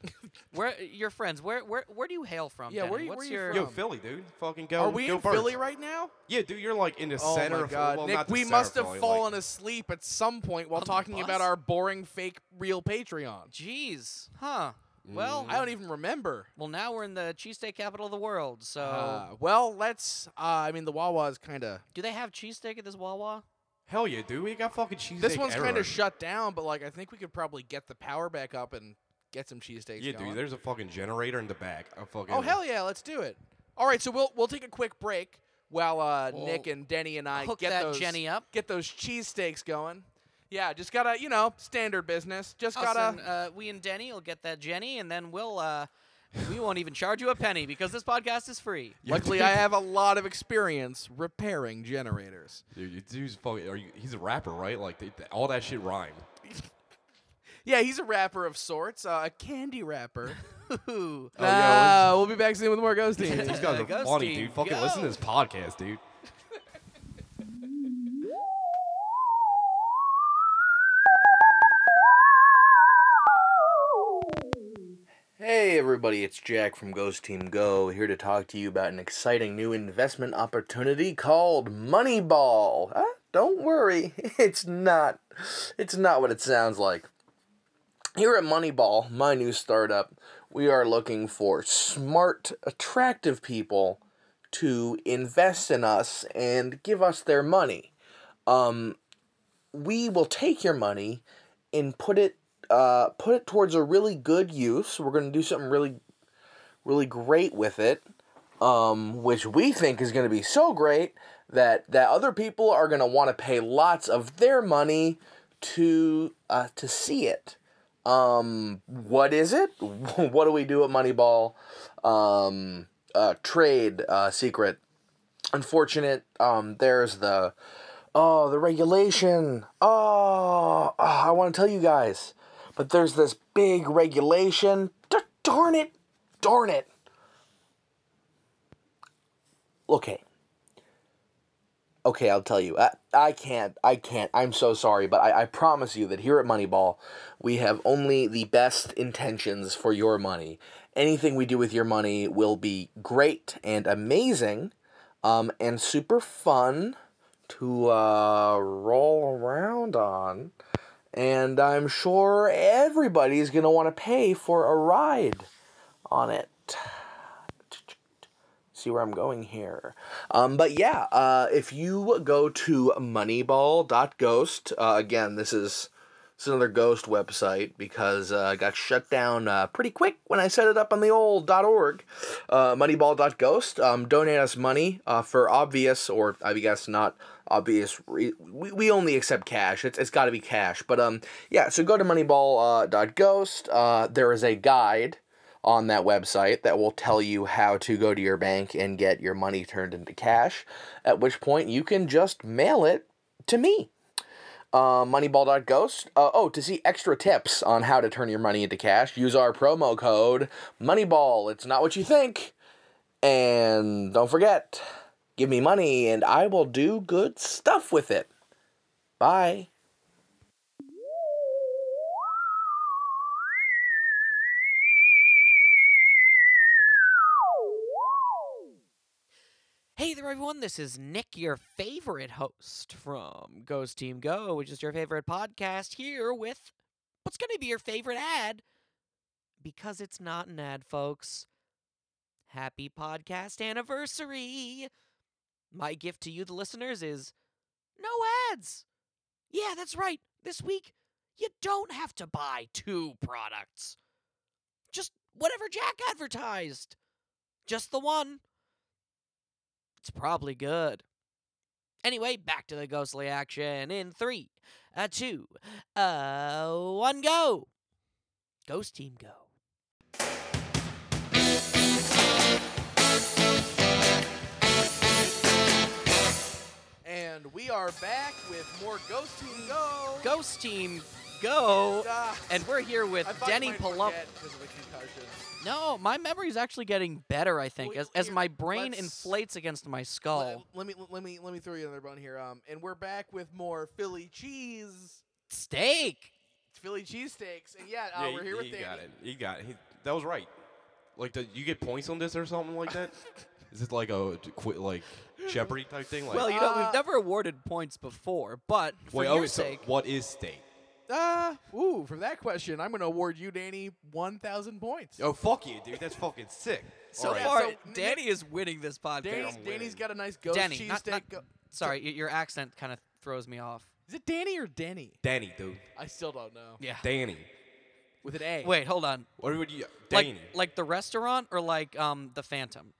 Speaker 2: Where your friends? Where where where do you hail from?
Speaker 1: Yeah,
Speaker 2: Denny?
Speaker 1: where you-
Speaker 2: What's
Speaker 1: where you
Speaker 2: your
Speaker 4: Yo,
Speaker 1: Um,
Speaker 4: Philly, dude, fucking go.
Speaker 1: Are we
Speaker 4: go
Speaker 1: in Philly
Speaker 4: Birds.
Speaker 1: right now?
Speaker 4: Yeah, dude, you're like in the
Speaker 1: Oh
Speaker 4: center
Speaker 1: my
Speaker 4: of
Speaker 1: God,
Speaker 4: well,
Speaker 1: Nick,
Speaker 4: not the
Speaker 1: we
Speaker 4: center
Speaker 1: must
Speaker 4: of
Speaker 1: have
Speaker 4: Philly,
Speaker 1: fallen
Speaker 4: Like,
Speaker 1: asleep at some point while
Speaker 2: On the
Speaker 1: talking about
Speaker 2: bus?
Speaker 1: our boring, fake, real Patreon.
Speaker 2: Jeez, huh? Well, e,
Speaker 1: I
Speaker 4: Mm-hmm.
Speaker 1: don't even remember.
Speaker 2: well now we're in the cheesesteak capital of the world. So,
Speaker 1: Uh, well, let's. Uh, I mean, the Wawa is kind of.
Speaker 2: do they have cheesesteak at this Wawa?
Speaker 4: hell yeah, dude, we got fucking cheese.
Speaker 1: This one's kind of shut down, but like I think we could probably get the power back up and get some cheesesteaks.
Speaker 4: Yeah,
Speaker 1: going.
Speaker 4: dude, there's a fucking generator in the back. A fucking.
Speaker 1: Oh hell yeah, let's do it. All right, so we'll we'll take a quick break while uh,
Speaker 2: We'll
Speaker 1: Nick and Denny and I
Speaker 2: hook
Speaker 1: get
Speaker 2: that
Speaker 1: those
Speaker 2: Jenny up.
Speaker 1: get those cheesesteaks going. Yeah, just gotta you know standard business. Just
Speaker 2: Us
Speaker 1: gotta
Speaker 2: and, uh, we and Denny will get that Jenny, and then we'll uh, we won't even charge you a penny because this podcast is [LAUGHS] free.
Speaker 5: Luckily, I have a lot of experience repairing generators.
Speaker 4: Dude, you- dude's fucking. Are you, he's a rapper, right? Like they, all that shit rhymed.
Speaker 5: Yeah, he's a rapper of sorts, uh, a candy [LAUGHS] rapper.
Speaker 2: Ooh.
Speaker 4: Oh,
Speaker 5: Ah, we'll be back soon with more ghosting.
Speaker 4: These guys
Speaker 2: Go,
Speaker 4: are funny,
Speaker 2: Steve,
Speaker 4: dude. Fucking listen to this podcast, dude.
Speaker 5: [LAUGHS] Hey everybody, it's Jack from Ghost Team Go here to talk to you about an exciting new investment opportunity called Moneyball. Ah, don't worry, [LAUGHS] it's not it's not what it sounds like. Here at Moneyball, my new startup, we are looking for smart, attractive people to invest in us and give us their money. Um, we will take your money and put it uh, put it towards a really good use. We're going to do something really, really great with it, um, which we think is going to be so great that that other people are going to want to pay lots of their money to uh, to see it. Um, what is it? [LAUGHS] what do we do at Moneyball? Um, uh, trade uh, secret. Unfortunate. Um, there's the oh the regulation. Oh, oh I want to tell you guys but there's this big regulation. D- darn it! Darn it! Okay. Okay, I'll tell you. I, I can't. I can't. I'm so sorry, but I, I promise you that here at Moneyball, we have only the best intentions for your money. Anything we do with your money will be great and amazing um, and super fun to uh, roll around on and I'm sure everybody's going to want to pay for a ride on it. See where I'm going here. Um, but yeah, uh, if you go to moneyball.ghost, uh, again, this is, this is another ghost website because uh, it got shut down uh, pretty quick when I set it up on the old .org. Uh, moneyball.ghost, um, donate us money uh, for obvious or I guess not obvious. Re- we, we only accept cash. It's, it's got to be cash. But um, yeah, so go to moneyball.ghost. Uh, dot ghost. uh, there is a guide on that website that will tell you how to go to your bank and get your money turned into cash, at which point you can just mail it to me. Uh, Moneyball.ghost. Uh, oh, to see extra tips on how to turn your money into cash, use our promo code Moneyball. It's not what you think. And don't forget, give me money and I will do good stuff with it. Bye.
Speaker 2: Hey there, everyone. This is Nick, your favorite host from Ghost Team Go, which is your favorite podcast, here with what's going to be your favorite ad because it's not an ad, folks. Happy podcast anniversary. My gift to you, the listeners, is no ads. Yeah, that's right. This week, you don't have to buy two products, just whatever Jack advertised, just the one. It's probably good. Anyway, back to the ghostly action in three, uh, two, uh, one, go. Ghost team, go.
Speaker 5: And we are back with more Ghost Team Go.
Speaker 2: Ghost team,
Speaker 5: [LAUGHS]
Speaker 2: go.
Speaker 5: Ah,
Speaker 2: And we're here with
Speaker 5: I thought you
Speaker 2: Denny
Speaker 5: might
Speaker 2: Palumbo.
Speaker 5: forget 'cause of a concussion.
Speaker 2: No, my memory's actually getting better. I think
Speaker 5: Well,
Speaker 2: as as
Speaker 5: here,
Speaker 2: my brain
Speaker 5: let's-
Speaker 2: inflates against my
Speaker 5: Let-
Speaker 2: skull.
Speaker 5: Let, me let me let me throw you another bone here. Um, and we're back with more Philly cheese,
Speaker 2: Steak.
Speaker 5: Philly cheesesteaks, and yeah, uh,
Speaker 4: Yeah,
Speaker 5: we're
Speaker 4: he-
Speaker 5: here with
Speaker 4: he
Speaker 5: Danny.
Speaker 4: got it. He got it. He, that was right. Like, do you get points on this or something like that? Is it like a d- quit like Jeopardy type thing? Like,
Speaker 2: Well, you know
Speaker 5: Uh,
Speaker 2: we've never awarded points before, but for
Speaker 4: wait,
Speaker 2: your
Speaker 4: oh, so
Speaker 2: sake,
Speaker 4: what is steak?
Speaker 5: Ah, ooh, for that question, I'm going to award you, Danny, one thousand points.
Speaker 4: Oh, fuck you, dude. That's fucking sick.
Speaker 2: so
Speaker 4: All right.
Speaker 2: far
Speaker 5: so Nick-
Speaker 2: Danny is winning this podcast.
Speaker 5: Danny's,
Speaker 4: I'm
Speaker 5: Danny's
Speaker 4: winning.
Speaker 5: got a nice ghost
Speaker 2: Denny,
Speaker 5: cheese
Speaker 2: not-
Speaker 5: steak.
Speaker 2: not-
Speaker 5: go-
Speaker 2: Sorry, y- your accent kind of throws me off.
Speaker 5: Is it Danny or Denny?
Speaker 4: Danny, dude.
Speaker 5: I still don't know.
Speaker 2: Yeah.
Speaker 4: Danny.
Speaker 5: With an A.
Speaker 2: Wait, hold on.
Speaker 4: What would you?
Speaker 2: Like,
Speaker 4: Danny.
Speaker 2: like the restaurant or like um the Phantom?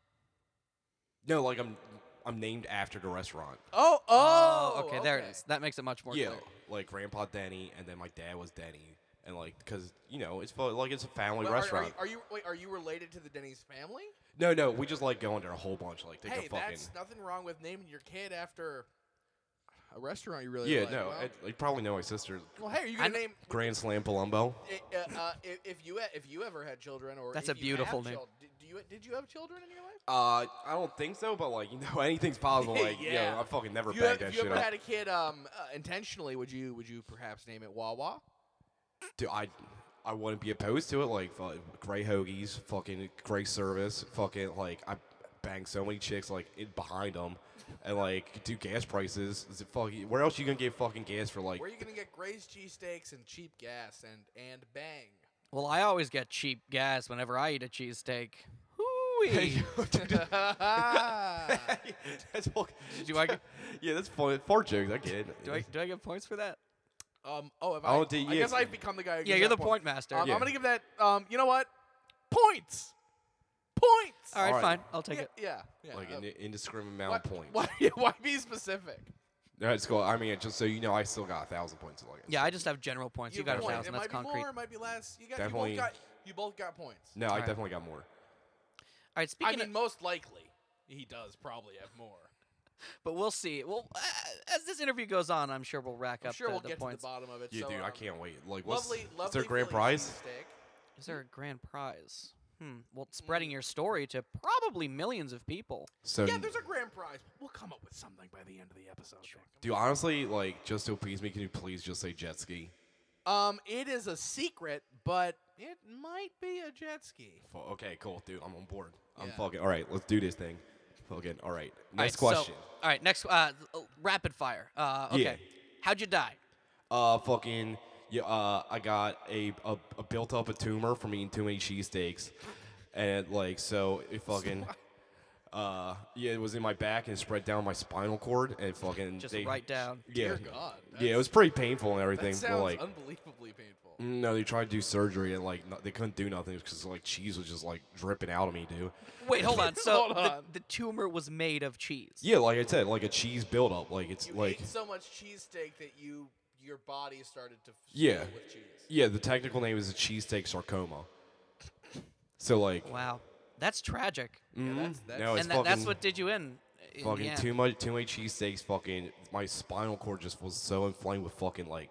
Speaker 4: no, like I'm, I'm named after the restaurant.
Speaker 5: Oh, oh.
Speaker 2: okay, there it is. That makes it much more
Speaker 4: yeah,
Speaker 2: clear.
Speaker 4: like Grandpa Danny, and then my dad was Danny, and and like because you know it's fu- like it's a family
Speaker 1: But are-
Speaker 4: restaurant.
Speaker 1: Are, you, are you wait? Are you related to the Denny's family?
Speaker 4: no, no, we just like going there a whole bunch. Like they
Speaker 1: hey,
Speaker 4: go fucking
Speaker 1: that's nothing wrong with naming your kid after a restaurant you really
Speaker 4: yeah.
Speaker 1: like.
Speaker 4: no,
Speaker 1: well,
Speaker 4: I, like probably know my sister.
Speaker 1: well, hey, are you gonna
Speaker 2: I-
Speaker 1: name
Speaker 4: Grand Slam Palumbo.
Speaker 1: i- uh, uh, i- if you if you ever had children or
Speaker 2: That's
Speaker 1: if
Speaker 2: a
Speaker 1: you have
Speaker 2: beautiful name.
Speaker 1: chil- did- do you did you have children in your life?
Speaker 4: Uh, I don't think so, but like [LAUGHS] you know, anything's [LAUGHS] possible. Like yeah,
Speaker 1: Yeah.
Speaker 4: I fucking never
Speaker 1: if you,
Speaker 4: bagged
Speaker 1: if
Speaker 4: that
Speaker 1: you
Speaker 4: shit
Speaker 1: ever
Speaker 4: up.
Speaker 1: had a kid um, uh, intentionally, would you would you perhaps name it Wawa?
Speaker 4: Dude, I, I wouldn't be opposed to it. Like fu- gray hoagies, fucking gray service, fucking like I bang so many chicks like in behind them, and like do gas prices. Is it fucking? Where else you gonna get fucking gas for like? [LAUGHS]
Speaker 1: Where are you gonna get Gray's cheesesteaks and cheap gas and and
Speaker 4: [LAUGHS]
Speaker 1: bang? [LAUGHS]
Speaker 3: Well, I always get cheap gas whenever I eat a cheesesteak.
Speaker 4: Hey,
Speaker 1: [LAUGHS]
Speaker 3: Hooey.
Speaker 4: that's fucking,
Speaker 3: do I get-
Speaker 4: [LAUGHS] yeah, that's funny. Fart jokes, I get it.
Speaker 3: do I do I get points for that?
Speaker 1: um, oh, have
Speaker 4: Oh,
Speaker 1: I,
Speaker 4: did
Speaker 1: I
Speaker 4: you-
Speaker 1: guess I've become the guy. Who
Speaker 3: Yeah,
Speaker 1: gives
Speaker 3: you're
Speaker 1: that
Speaker 3: the point master.
Speaker 1: Um,
Speaker 4: Yeah.
Speaker 1: I'm gonna give that. Um, you know what? Points. Points.
Speaker 2: All right,
Speaker 4: All right.
Speaker 2: fine. I'll take
Speaker 1: yeah,
Speaker 2: it.
Speaker 1: yeah, yeah.
Speaker 4: like
Speaker 1: uh,
Speaker 4: an indiscriminate
Speaker 1: why,
Speaker 4: amount of points.
Speaker 1: Why, [LAUGHS] yeah, why be specific?
Speaker 4: No, it's cool. I mean, just so you know, I still got a thousand points. Like,
Speaker 2: Yeah, I just have general points. You,
Speaker 1: have
Speaker 2: got a
Speaker 1: point.
Speaker 2: thousand.
Speaker 1: It
Speaker 2: That's
Speaker 1: might be
Speaker 2: concrete.
Speaker 1: more. It might be less. You got.
Speaker 4: Definitely.
Speaker 1: You both got. You both got points.
Speaker 4: no, I
Speaker 2: Alright.
Speaker 4: definitely got more.
Speaker 2: All right,
Speaker 1: I
Speaker 2: speaking
Speaker 1: mean,
Speaker 2: of,
Speaker 1: most likely he does probably have more.
Speaker 2: but we'll see. Well, uh, as this interview goes on, I'm sure we'll rack
Speaker 1: I'm
Speaker 2: up
Speaker 1: sure
Speaker 2: the,
Speaker 1: we'll
Speaker 2: the
Speaker 1: get
Speaker 2: points.
Speaker 1: to the bottom of it.
Speaker 4: Yeah,
Speaker 1: so,
Speaker 4: dude, I
Speaker 1: um,
Speaker 4: can't wait. Like, what's,
Speaker 1: Lovely, lovely.
Speaker 4: is there a grand
Speaker 1: Philly
Speaker 4: prize?
Speaker 1: cheesesteak.
Speaker 2: Is there a grand prize? Hmm. Well,
Speaker 1: Mm-hmm.
Speaker 2: spreading your story to probably millions of people.
Speaker 4: So,
Speaker 1: Yeah, there's a grand prize. We'll come up with something by the end of the episode. Jacob.
Speaker 4: dude, honestly, like, just to appease me, can you please just say jet ski?
Speaker 1: Um, it is a secret, but it might be a jet ski.
Speaker 4: Fu- Okay, cool, dude. I'm on board. I'm
Speaker 1: Yeah.
Speaker 4: fucking all right. Let's do this thing. Fucking all right. Next
Speaker 2: all right,
Speaker 4: question.
Speaker 2: So, all right, next uh, l- rapid fire. Uh, okay.
Speaker 4: Yeah.
Speaker 2: How'd you die?
Speaker 4: Uh, fucking. Yeah, uh, I got a, a, a built up a tumor from eating too many cheesesteaks, and like so it [LAUGHS] fucking. Uh, yeah, it was in my back and it spread down my spinal cord and fucking
Speaker 2: Just
Speaker 4: they-
Speaker 2: right down.
Speaker 4: Yeah,
Speaker 1: Dear God,
Speaker 4: yeah, it
Speaker 1: that's-
Speaker 4: was pretty painful and everything.
Speaker 1: That
Speaker 4: but,
Speaker 1: sounds
Speaker 4: like,
Speaker 1: unbelievably painful.
Speaker 4: No, they tried to do surgery and like no, they couldn't do nothing because like cheese was just like dripping out of me, dude.
Speaker 2: [LAUGHS] Wait, hold [LAUGHS] on. So
Speaker 1: Hold
Speaker 2: the,
Speaker 1: on.
Speaker 2: the tumor was made of cheese.
Speaker 4: Yeah, like I said, like a cheese buildup, like it's
Speaker 1: You
Speaker 4: like
Speaker 1: ate so much cheesesteak that you your body started to f-
Speaker 4: Yeah.
Speaker 1: fill with cheese.
Speaker 4: yeah. The technical name is a cheesesteak sarcoma. So like, mm,
Speaker 2: Wow, that's tragic.
Speaker 1: Yeah, that's, that's
Speaker 4: no, it's
Speaker 2: and that, that's
Speaker 4: fucking-
Speaker 2: what did you in. in the
Speaker 4: fucking
Speaker 2: end.
Speaker 4: too much, too many cheesesteaks. Fucking my spinal cord just was so inflamed with fucking like,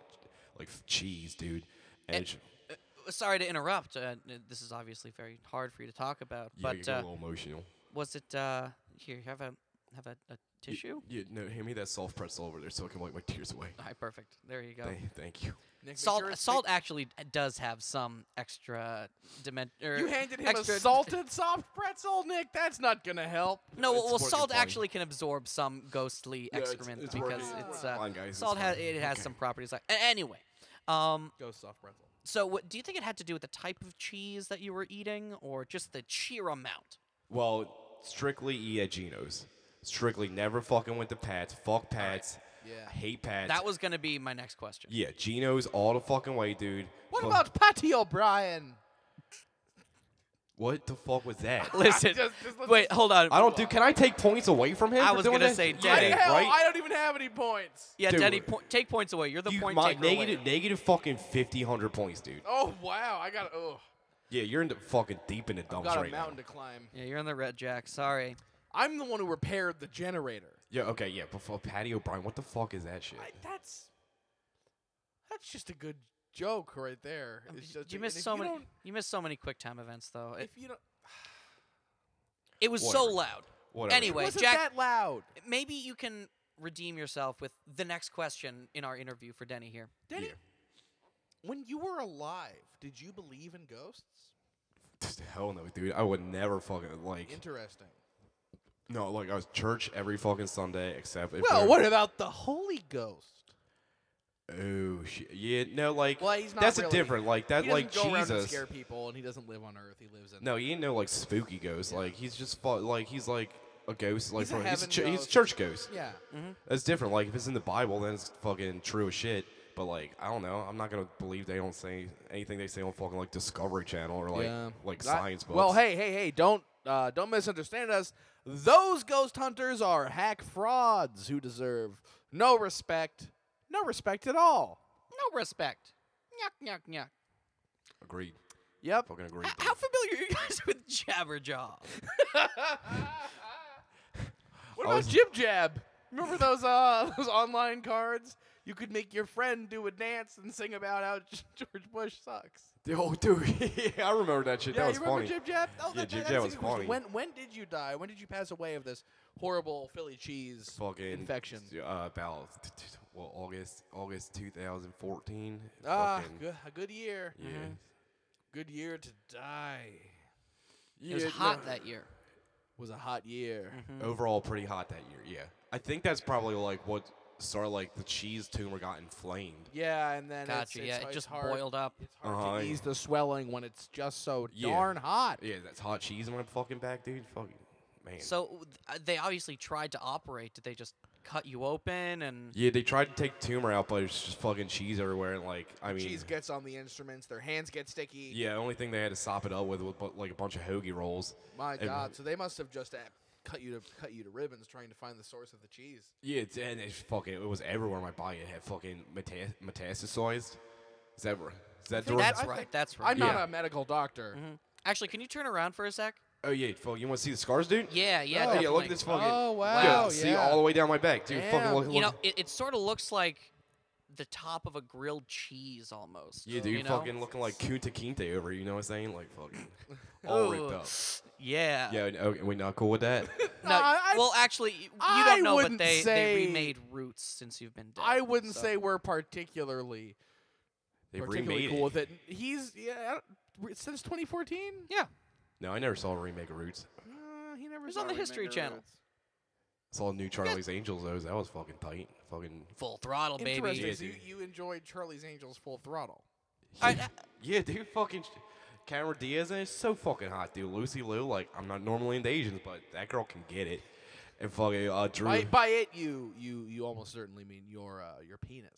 Speaker 4: like cheese, dude. And, it's-
Speaker 2: Uh, Sorry to interrupt. Uh, n- this is obviously very hard for you to talk about.
Speaker 4: yeah, you
Speaker 2: but
Speaker 4: get a
Speaker 2: uh,
Speaker 4: little emotional.
Speaker 2: was it uh, here? Have a have a, a tissue.
Speaker 4: Yeah, no, hand me that soft pretzel over there so I can wipe my tears
Speaker 2: [LAUGHS]
Speaker 4: away.
Speaker 2: All right, perfect. There you go.
Speaker 4: Thank, thank you.
Speaker 1: Nick, make
Speaker 2: Salt,
Speaker 1: sure it's-
Speaker 2: salt actually d- does have some extra dimension.
Speaker 1: You handed him
Speaker 2: extra
Speaker 1: a salted soft pretzel, Nick. That's not gonna help.
Speaker 2: No, well,
Speaker 4: it's
Speaker 2: salt
Speaker 4: working fine.
Speaker 2: actually can absorb some ghostly
Speaker 4: it's-
Speaker 2: excrement
Speaker 4: it's
Speaker 2: because
Speaker 4: working
Speaker 2: it's uh,
Speaker 4: fine, guys, it's
Speaker 2: salt has
Speaker 4: fine.
Speaker 2: it has
Speaker 4: Okay.
Speaker 2: some properties. Like a- anyway, um,
Speaker 1: Go soft pretzel.
Speaker 2: so what, do you think it had to do with the type of cheese that you were eating, or just the sheer amount?
Speaker 4: Well, strictly eat at Geno's. Strictly never fucking went to Pat's. Fuck Pat's.
Speaker 1: Yeah.
Speaker 4: Hate Pat's.
Speaker 2: That was gonna be my next question.
Speaker 4: Yeah, Geno's all the fucking way, dude.
Speaker 1: What
Speaker 4: Fuck-
Speaker 1: about Patty O'Brien?
Speaker 4: What the fuck was that?
Speaker 2: [LAUGHS] [LAUGHS] Listen,
Speaker 1: Just- just let's-
Speaker 2: wait, hold on.
Speaker 4: I don't do. Can I take points away from him?
Speaker 2: I
Speaker 4: for
Speaker 2: was
Speaker 4: doing
Speaker 2: gonna
Speaker 4: that?
Speaker 2: say
Speaker 4: Yeah,
Speaker 2: Denny.
Speaker 1: Hell,
Speaker 4: right?
Speaker 1: I don't even have any points.
Speaker 2: Yeah,
Speaker 4: Dude.
Speaker 2: Denny, po- take points away. You're the
Speaker 4: You-
Speaker 2: point
Speaker 4: my
Speaker 2: taker.
Speaker 4: negative,
Speaker 2: away.
Speaker 4: negative fucking fifty hundred points, dude.
Speaker 1: Oh wow, I got oh,
Speaker 4: Yeah, you're in the fucking deep in the dumps
Speaker 1: got a
Speaker 4: right now.
Speaker 1: mountain to climb.
Speaker 2: yeah, you're on the red, Jack. Sorry.
Speaker 1: I'm the one who repaired the generator.
Speaker 4: Yeah, okay, yeah. Before Patty O'Brien, what the fuck is that shit?
Speaker 1: I, that's that's just a good joke right there. It's
Speaker 2: D-
Speaker 1: just
Speaker 2: Um, you
Speaker 1: a-
Speaker 2: missed
Speaker 1: and if
Speaker 2: so
Speaker 1: you
Speaker 2: many.
Speaker 1: don't-
Speaker 2: You missed so many quick time events, though. It,
Speaker 1: If you don't,
Speaker 2: it was so
Speaker 4: Whatever.
Speaker 2: loud.
Speaker 4: Whatever.
Speaker 2: Anyway,
Speaker 4: [LAUGHS]
Speaker 1: wasn't
Speaker 2: Jack,
Speaker 1: that loud?
Speaker 2: maybe you can redeem yourself with the next question in our interview for Denny here.
Speaker 1: Denny, when you were alive, did you believe in ghosts?
Speaker 4: Hell no, dude. I would never fucking like.
Speaker 1: Interesting.
Speaker 4: No, like I was church every fucking Sunday except if.
Speaker 1: Well,
Speaker 4: there-
Speaker 1: what about the Holy Ghost?
Speaker 4: Oh shit! Yeah, no, like
Speaker 1: Well, he's not
Speaker 4: that's a
Speaker 1: really-
Speaker 4: different. Like that,
Speaker 1: He
Speaker 4: like
Speaker 1: doesn't go around and
Speaker 4: Jesus.
Speaker 1: scare people, and he doesn't live on Earth. He lives in
Speaker 4: No, he ain't no like spooky ghost. Like he's just fu- like he's like a ghost. Like
Speaker 1: He's a
Speaker 4: from- he's,
Speaker 1: heaven
Speaker 4: chu- he's
Speaker 1: ghost.
Speaker 4: church ghost.
Speaker 1: Yeah.
Speaker 4: That's different. Like if it's in the Bible, then it's fucking true as shit. But like I don't know. I'm not gonna believe they don't say anything they say on fucking like Discovery Channel or like
Speaker 1: yeah.
Speaker 4: like
Speaker 1: Not-
Speaker 4: science books.
Speaker 1: Well, hey, hey, hey! Don't uh, don't misunderstand us. Those ghost hunters are hack frauds who deserve no respect, no respect at all.
Speaker 2: No respect. Yuck, yuck, yuck.
Speaker 4: Agreed.
Speaker 1: Yep.
Speaker 4: Fucking agreed.
Speaker 3: H- How familiar are
Speaker 2: [LAUGHS]
Speaker 3: you guys with Jabberjaw?
Speaker 1: What
Speaker 4: I
Speaker 1: about
Speaker 4: was-
Speaker 1: Jib Jab? Remember those uh, [LAUGHS] those online cards? You could make your friend do a dance and sing about how [LAUGHS] George Bush sucks.
Speaker 4: Oh, dude. [LAUGHS] yeah, I remember that shit.
Speaker 1: yeah,
Speaker 4: that was
Speaker 1: you remember
Speaker 4: funny.
Speaker 1: Jib Jab? Oh,
Speaker 4: Yeah,
Speaker 1: that,
Speaker 4: Jib
Speaker 1: that-
Speaker 4: Jab
Speaker 1: that's
Speaker 4: was
Speaker 1: a good question.
Speaker 4: funny.
Speaker 1: When when did you die? When did you pass away of this horrible Philly cheese
Speaker 4: Fucking
Speaker 1: infection?
Speaker 4: Uh, about t- t- t- well, August, August 2014.
Speaker 1: Ah,
Speaker 4: Fucking-
Speaker 1: good, a good year.
Speaker 4: Yeah.
Speaker 1: Good year to die.
Speaker 2: It was
Speaker 1: Yeah,
Speaker 2: hot Mm.
Speaker 1: no,
Speaker 2: that year.
Speaker 1: was a hot year.
Speaker 4: Overall, pretty hot that year. Yeah. I think that's probably like what started like the cheese tumor got inflamed.
Speaker 1: Yeah, and then it's-
Speaker 2: Gotcha.
Speaker 1: it's,
Speaker 2: yeah,
Speaker 1: it's
Speaker 2: it just
Speaker 1: hard,
Speaker 2: boiled up.
Speaker 1: It's hard
Speaker 4: Uh-huh,
Speaker 1: to
Speaker 4: yeah.
Speaker 1: ease the swelling when it's just so
Speaker 4: Yeah.
Speaker 1: darn hot.
Speaker 4: Yeah, that's hot cheese in my fucking back, dude. Fucking man.
Speaker 2: So uh, they obviously tried to operate. Did they just cut you open and?
Speaker 4: yeah, they tried to take tumor out, but it's just fucking cheese everywhere. And like, I mean,
Speaker 1: cheese gets on the instruments. Their hands get sticky.
Speaker 4: yeah, only thing they had to sop it up with was bu- like a bunch of hoagie rolls.
Speaker 1: My
Speaker 4: And-
Speaker 1: God! So they must have just uh, cut you to cut you to ribbons trying to find the source of the cheese.
Speaker 4: Yeah, it's, and it's fucking, it was everywhere in my body. It had fucking metas- metastasized. Is that right? Is that the right-
Speaker 2: That's
Speaker 1: I
Speaker 2: right.
Speaker 1: think-
Speaker 2: That's right.
Speaker 1: I'm not
Speaker 4: Yeah.
Speaker 1: a medical doctor.
Speaker 2: Mm-hmm. Actually, can you turn around for a sec?
Speaker 4: Oh yeah, fuck. You want to see the scars, dude?
Speaker 2: Yeah. Yeah.
Speaker 4: Oh,
Speaker 2: definitely.
Speaker 4: yeah. Look at this fucking.
Speaker 1: Oh,
Speaker 4: Dude,
Speaker 1: wow,
Speaker 4: See
Speaker 1: yeah.
Speaker 4: all the way down my back, dude. Fucking
Speaker 1: Damn.
Speaker 4: look. look.
Speaker 2: You know, it, it sort of looks like the top of a grilled cheese almost.
Speaker 4: yeah, dude.
Speaker 2: you know?
Speaker 4: fucking looking like Kunta Kinte over. You know what I'm saying? Like fucking.
Speaker 1: [LAUGHS]
Speaker 4: all ripped
Speaker 2: Ooh.
Speaker 4: up.
Speaker 2: Yeah.
Speaker 4: Yeah. Okay, we not cool with that.
Speaker 1: [LAUGHS]
Speaker 2: No,
Speaker 1: No, I-
Speaker 2: well, actually, you
Speaker 1: I
Speaker 2: don't know, but
Speaker 1: wouldn't
Speaker 2: they,
Speaker 1: say-
Speaker 2: they remade Roots since you've been dead.
Speaker 1: I wouldn't
Speaker 2: so-
Speaker 1: say we're particularly
Speaker 4: They
Speaker 1: particularly
Speaker 4: remade
Speaker 1: cool
Speaker 4: it.
Speaker 1: with it. He's yeah I don't- re- since 2014.
Speaker 2: Yeah.
Speaker 4: No, I never saw a remake of Roots.
Speaker 1: Uh, he never.
Speaker 2: was
Speaker 1: saw
Speaker 2: on the
Speaker 1: Remember
Speaker 2: History Channel.
Speaker 1: Roots.
Speaker 4: I saw New Charlie's Angels though. That was fucking tight. Fucking.
Speaker 3: Full throttle, baby.
Speaker 1: Interesting.
Speaker 4: Yeah,
Speaker 1: so
Speaker 4: dude.
Speaker 1: you, you enjoyed Charlie's Angels full throttle.
Speaker 2: I-
Speaker 4: yeah, dude. Fucking. sh- Cameron Diaz and it's so fucking hot, dude. Lucy Liu, like I'm not normally into Asians, but that girl can get it. And fucking uh, Drew.
Speaker 1: By, by it, you you you almost certainly mean your uh, your penis.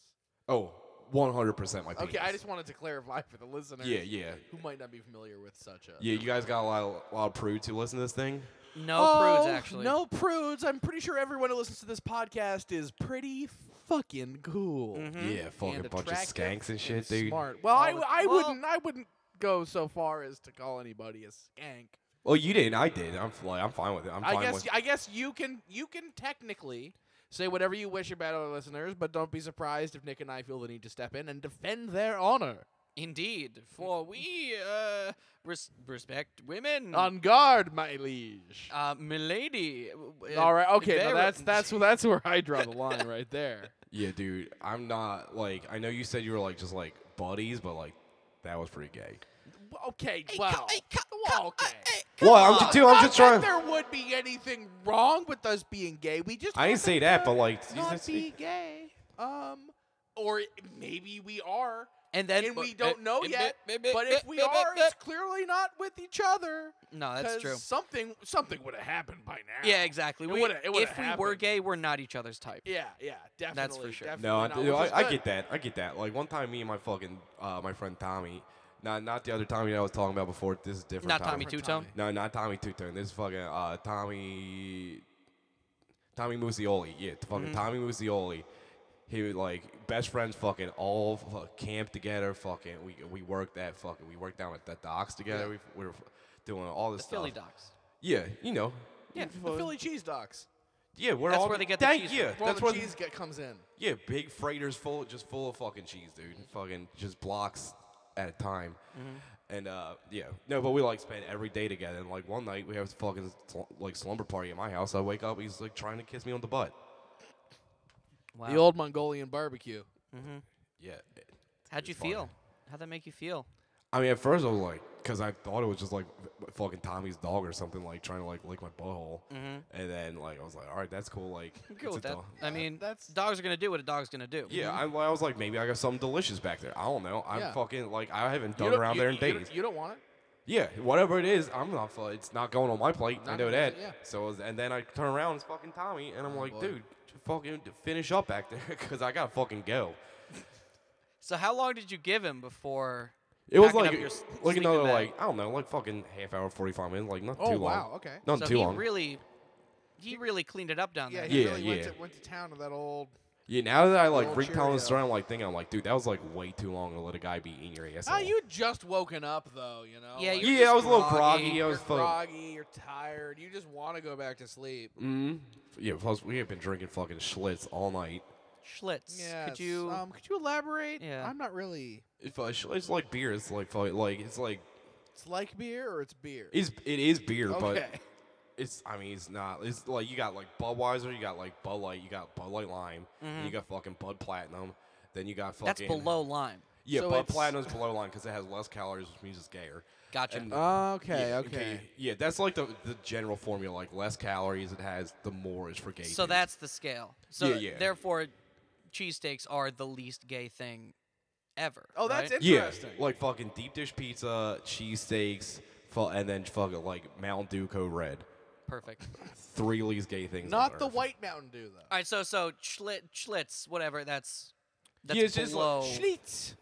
Speaker 4: Oh, 100 percent my penis.
Speaker 1: Okay, I just wanted to clarify for the listeners.
Speaker 4: Yeah, yeah.
Speaker 1: Who might not be familiar with such a.
Speaker 4: Yeah, you guys got a lot, of, lot of prudes who listen to this thing.
Speaker 2: No
Speaker 1: oh,
Speaker 2: prudes, actually.
Speaker 1: No prudes. I'm pretty sure everyone who listens to this podcast is pretty fucking cool.
Speaker 4: Yeah, fucking
Speaker 1: Mm-hmm. And
Speaker 4: bunch of
Speaker 1: attractive
Speaker 4: skanks and shit, dude.
Speaker 1: Smart. Well, I,
Speaker 2: Mm-hmm. All the-
Speaker 1: I
Speaker 2: well-
Speaker 1: wouldn't I wouldn't go so far as to call anybody a skank.
Speaker 4: Well, you didn't. I did. I'm f- like, I'm fine with it. I'm fine
Speaker 1: I guess
Speaker 4: with.
Speaker 1: I guess you can you can technically say whatever you wish about our listeners, but don't be surprised if Nick and I feel the need to step in and defend their honor.
Speaker 2: Indeed. For we uh, res- respect women.
Speaker 1: On guard, my liege.
Speaker 2: uh, milady. w- w-
Speaker 1: All right, okay, now
Speaker 2: very-
Speaker 1: that's [LAUGHS] that's that's where I draw the line right there.
Speaker 4: Yeah, dude. I'm not like. I know you said you were like just like buddies, but like that was pretty gay.
Speaker 1: Okay,
Speaker 3: Hey, co-
Speaker 1: [LAUGHS] well,
Speaker 3: hey, co- co-
Speaker 1: okay.
Speaker 3: uh, hey,
Speaker 4: Well,
Speaker 3: come
Speaker 4: I'm just,
Speaker 3: on.
Speaker 4: dude. I'm
Speaker 1: Not
Speaker 4: just
Speaker 1: that
Speaker 4: trying.
Speaker 1: there would be anything wrong with us being gay. We just
Speaker 4: I didn't
Speaker 1: happen
Speaker 4: say that,
Speaker 1: to
Speaker 4: but, like, you
Speaker 1: not
Speaker 4: just-
Speaker 1: be gay. Um, or maybe we are,
Speaker 2: And then
Speaker 1: and we don't know
Speaker 2: and-
Speaker 1: yet.
Speaker 2: and- and-
Speaker 1: But if we
Speaker 2: and- and-
Speaker 1: are,
Speaker 2: and-
Speaker 1: it's clearly not with each other.
Speaker 2: no, that's
Speaker 1: 'cause
Speaker 2: true.
Speaker 1: Something something would have happened by now.
Speaker 2: Yeah, exactly.
Speaker 1: It
Speaker 2: We,
Speaker 1: would've- it would've
Speaker 2: if we were
Speaker 1: happened.
Speaker 2: gay, we're not each other's type.
Speaker 1: Yeah, yeah, definitely.
Speaker 2: for sure.
Speaker 1: definitely
Speaker 4: No, I,
Speaker 1: not,
Speaker 4: dude,
Speaker 1: which is
Speaker 4: I, I
Speaker 1: good.
Speaker 4: get that. I get that. Like one time, me and my fucking uh, my friend Tommy, not not the other Tommy that I was talking about before. This is different.
Speaker 2: Not Tommy Two Tone.
Speaker 1: Tommy.
Speaker 4: No, not Tommy Two Tone. This is fucking uh, Tommy. Tommy Musioli. Yeah, t-
Speaker 1: Mm-hmm.
Speaker 4: fucking Tommy Musioli. He was like best friends, fucking all fuck, camp together. Fucking we we worked at fucking we worked down at the docks together. We, we were f- doing all this
Speaker 2: The
Speaker 4: stuff.
Speaker 2: Philly docs.
Speaker 4: Yeah, you know.
Speaker 1: Yeah, the Philly cheese docs.
Speaker 4: Yeah, we're
Speaker 2: That's
Speaker 4: all
Speaker 2: where they get the
Speaker 4: thank
Speaker 2: cheese
Speaker 4: you.
Speaker 2: from.
Speaker 1: Where all
Speaker 4: That's
Speaker 1: the
Speaker 4: where
Speaker 1: cheese get, comes in.
Speaker 4: yeah, big freighters full, just full of fucking cheese, dude. Fucking just blocks at a time.
Speaker 1: Mm-hmm.
Speaker 4: And uh, yeah, no, but we like spend every day together. And like one night we have a fucking sl- like slumber party at my house. I wake up, he's like trying to kiss me on the butt.
Speaker 2: Wow.
Speaker 1: The old Mongolian barbecue.
Speaker 4: Yeah.
Speaker 2: How'd you
Speaker 4: It's funny.
Speaker 2: feel? How'd that make you feel?
Speaker 4: I mean, at first I was like, because I thought it was just like f- fucking Tommy's dog or something, like trying to like lick my butthole.
Speaker 1: Mm-hmm.
Speaker 4: And then like I was like, all right, that's cool.
Speaker 1: [LAUGHS]
Speaker 4: Like,
Speaker 2: I'm
Speaker 4: it's
Speaker 2: cool with
Speaker 4: a
Speaker 2: that.
Speaker 4: dog.
Speaker 2: I mean,
Speaker 1: that's-
Speaker 2: dogs are gonna do what a dog's gonna do.
Speaker 1: Mm-hmm.
Speaker 4: Yeah, I, I was like, maybe I got something delicious back there. I don't know. I'm
Speaker 1: Yeah.
Speaker 4: fucking like, I haven't
Speaker 1: You
Speaker 4: dug
Speaker 1: don't-
Speaker 4: around
Speaker 1: you-
Speaker 4: there in
Speaker 1: you don't-
Speaker 4: days.
Speaker 1: You don't want it.
Speaker 4: Yeah, whatever it is, I'm not. fu- It's not going on my plate. I
Speaker 1: Not
Speaker 4: know
Speaker 1: gonna-
Speaker 4: that.
Speaker 1: yeah. Oh,
Speaker 4: So it was- and then I turn around, it's fucking Tommy, and I'm like,
Speaker 1: boy.
Speaker 4: dude, just fucking finish up back there, [LAUGHS] cause I gotta fucking go.
Speaker 2: So how long did you give him before?
Speaker 4: It was
Speaker 2: Packing up
Speaker 4: like,
Speaker 2: your s-
Speaker 4: [LAUGHS] like
Speaker 2: sleeping
Speaker 4: another
Speaker 2: bag.
Speaker 4: like I don't know, like fucking half hour, forty five minutes, like not
Speaker 1: Oh,
Speaker 4: too long.
Speaker 1: wow, okay.
Speaker 4: Not
Speaker 2: so
Speaker 4: too
Speaker 2: he
Speaker 4: long.
Speaker 2: really, he really cleaned it up down
Speaker 1: Yeah,
Speaker 2: there.
Speaker 1: he
Speaker 4: Yeah,
Speaker 1: really Went,
Speaker 4: yeah.
Speaker 1: to, went to town on that old.
Speaker 4: Yeah, now that I like
Speaker 1: Little
Speaker 4: recall this
Speaker 1: Cheerio.
Speaker 4: around, like thinking, I'm like, dude, that was like way too long to let a guy be in your ass.
Speaker 1: Ah, you had just woken up though, you know.
Speaker 6: Yeah,
Speaker 1: like,
Speaker 6: you're
Speaker 4: yeah,
Speaker 6: just
Speaker 4: I was a little
Speaker 6: groggy.
Speaker 4: groggy. I
Speaker 1: you're
Speaker 4: was fucking.
Speaker 1: groggy, you're tired, you just want to go back to sleep.
Speaker 4: Mm. Yeah, plus we have been drinking fucking Schlitz all night.
Speaker 6: Schlitz.
Speaker 1: Yes,
Speaker 6: Could you?
Speaker 1: Um, could you elaborate?
Speaker 6: Yeah.
Speaker 1: I'm not really.
Speaker 4: If, uh, Schlitz like beer. It's like fucking- like it's like
Speaker 1: It's like beer or it's beer.
Speaker 4: it's it is beer,
Speaker 1: okay.
Speaker 4: but [LAUGHS] it's I mean it's not. It's like you got like Budweiser, you got like Bud Light, you got Bud Light Lime, then
Speaker 1: Mm-hmm.
Speaker 4: you got fucking Bud Platinum, then you got fucking
Speaker 2: That's below lime.
Speaker 4: Yeah,
Speaker 1: So
Speaker 4: Bud
Speaker 1: it's-
Speaker 4: Platinum's below line because it has less calories, which means it's gayer.
Speaker 2: Gotcha.
Speaker 4: And-
Speaker 1: Uh, okay.
Speaker 4: yeah,
Speaker 1: okay.
Speaker 4: Yeah, that's like the, the general formula. Like less calories it has, the more is for gay.
Speaker 2: So
Speaker 4: dudes.
Speaker 2: that's the scale. So
Speaker 4: Yeah, yeah.
Speaker 2: therefore, cheesesteaks are the least gay thing ever.
Speaker 1: Oh, that's
Speaker 2: right?
Speaker 4: yeah,
Speaker 1: interesting.
Speaker 4: like fucking deep dish pizza, cheesesteaks, fu- and then fucking like Mountain Dew Code Red.
Speaker 2: Perfect.
Speaker 4: Three least gay things. on
Speaker 1: Not the
Speaker 4: earth.
Speaker 1: White Mountain Dew though.
Speaker 2: All right, so so Schlit, Schlitz, whatever. That's that's
Speaker 4: Yeah, it's just like
Speaker 2: below.
Speaker 1: Schlitz.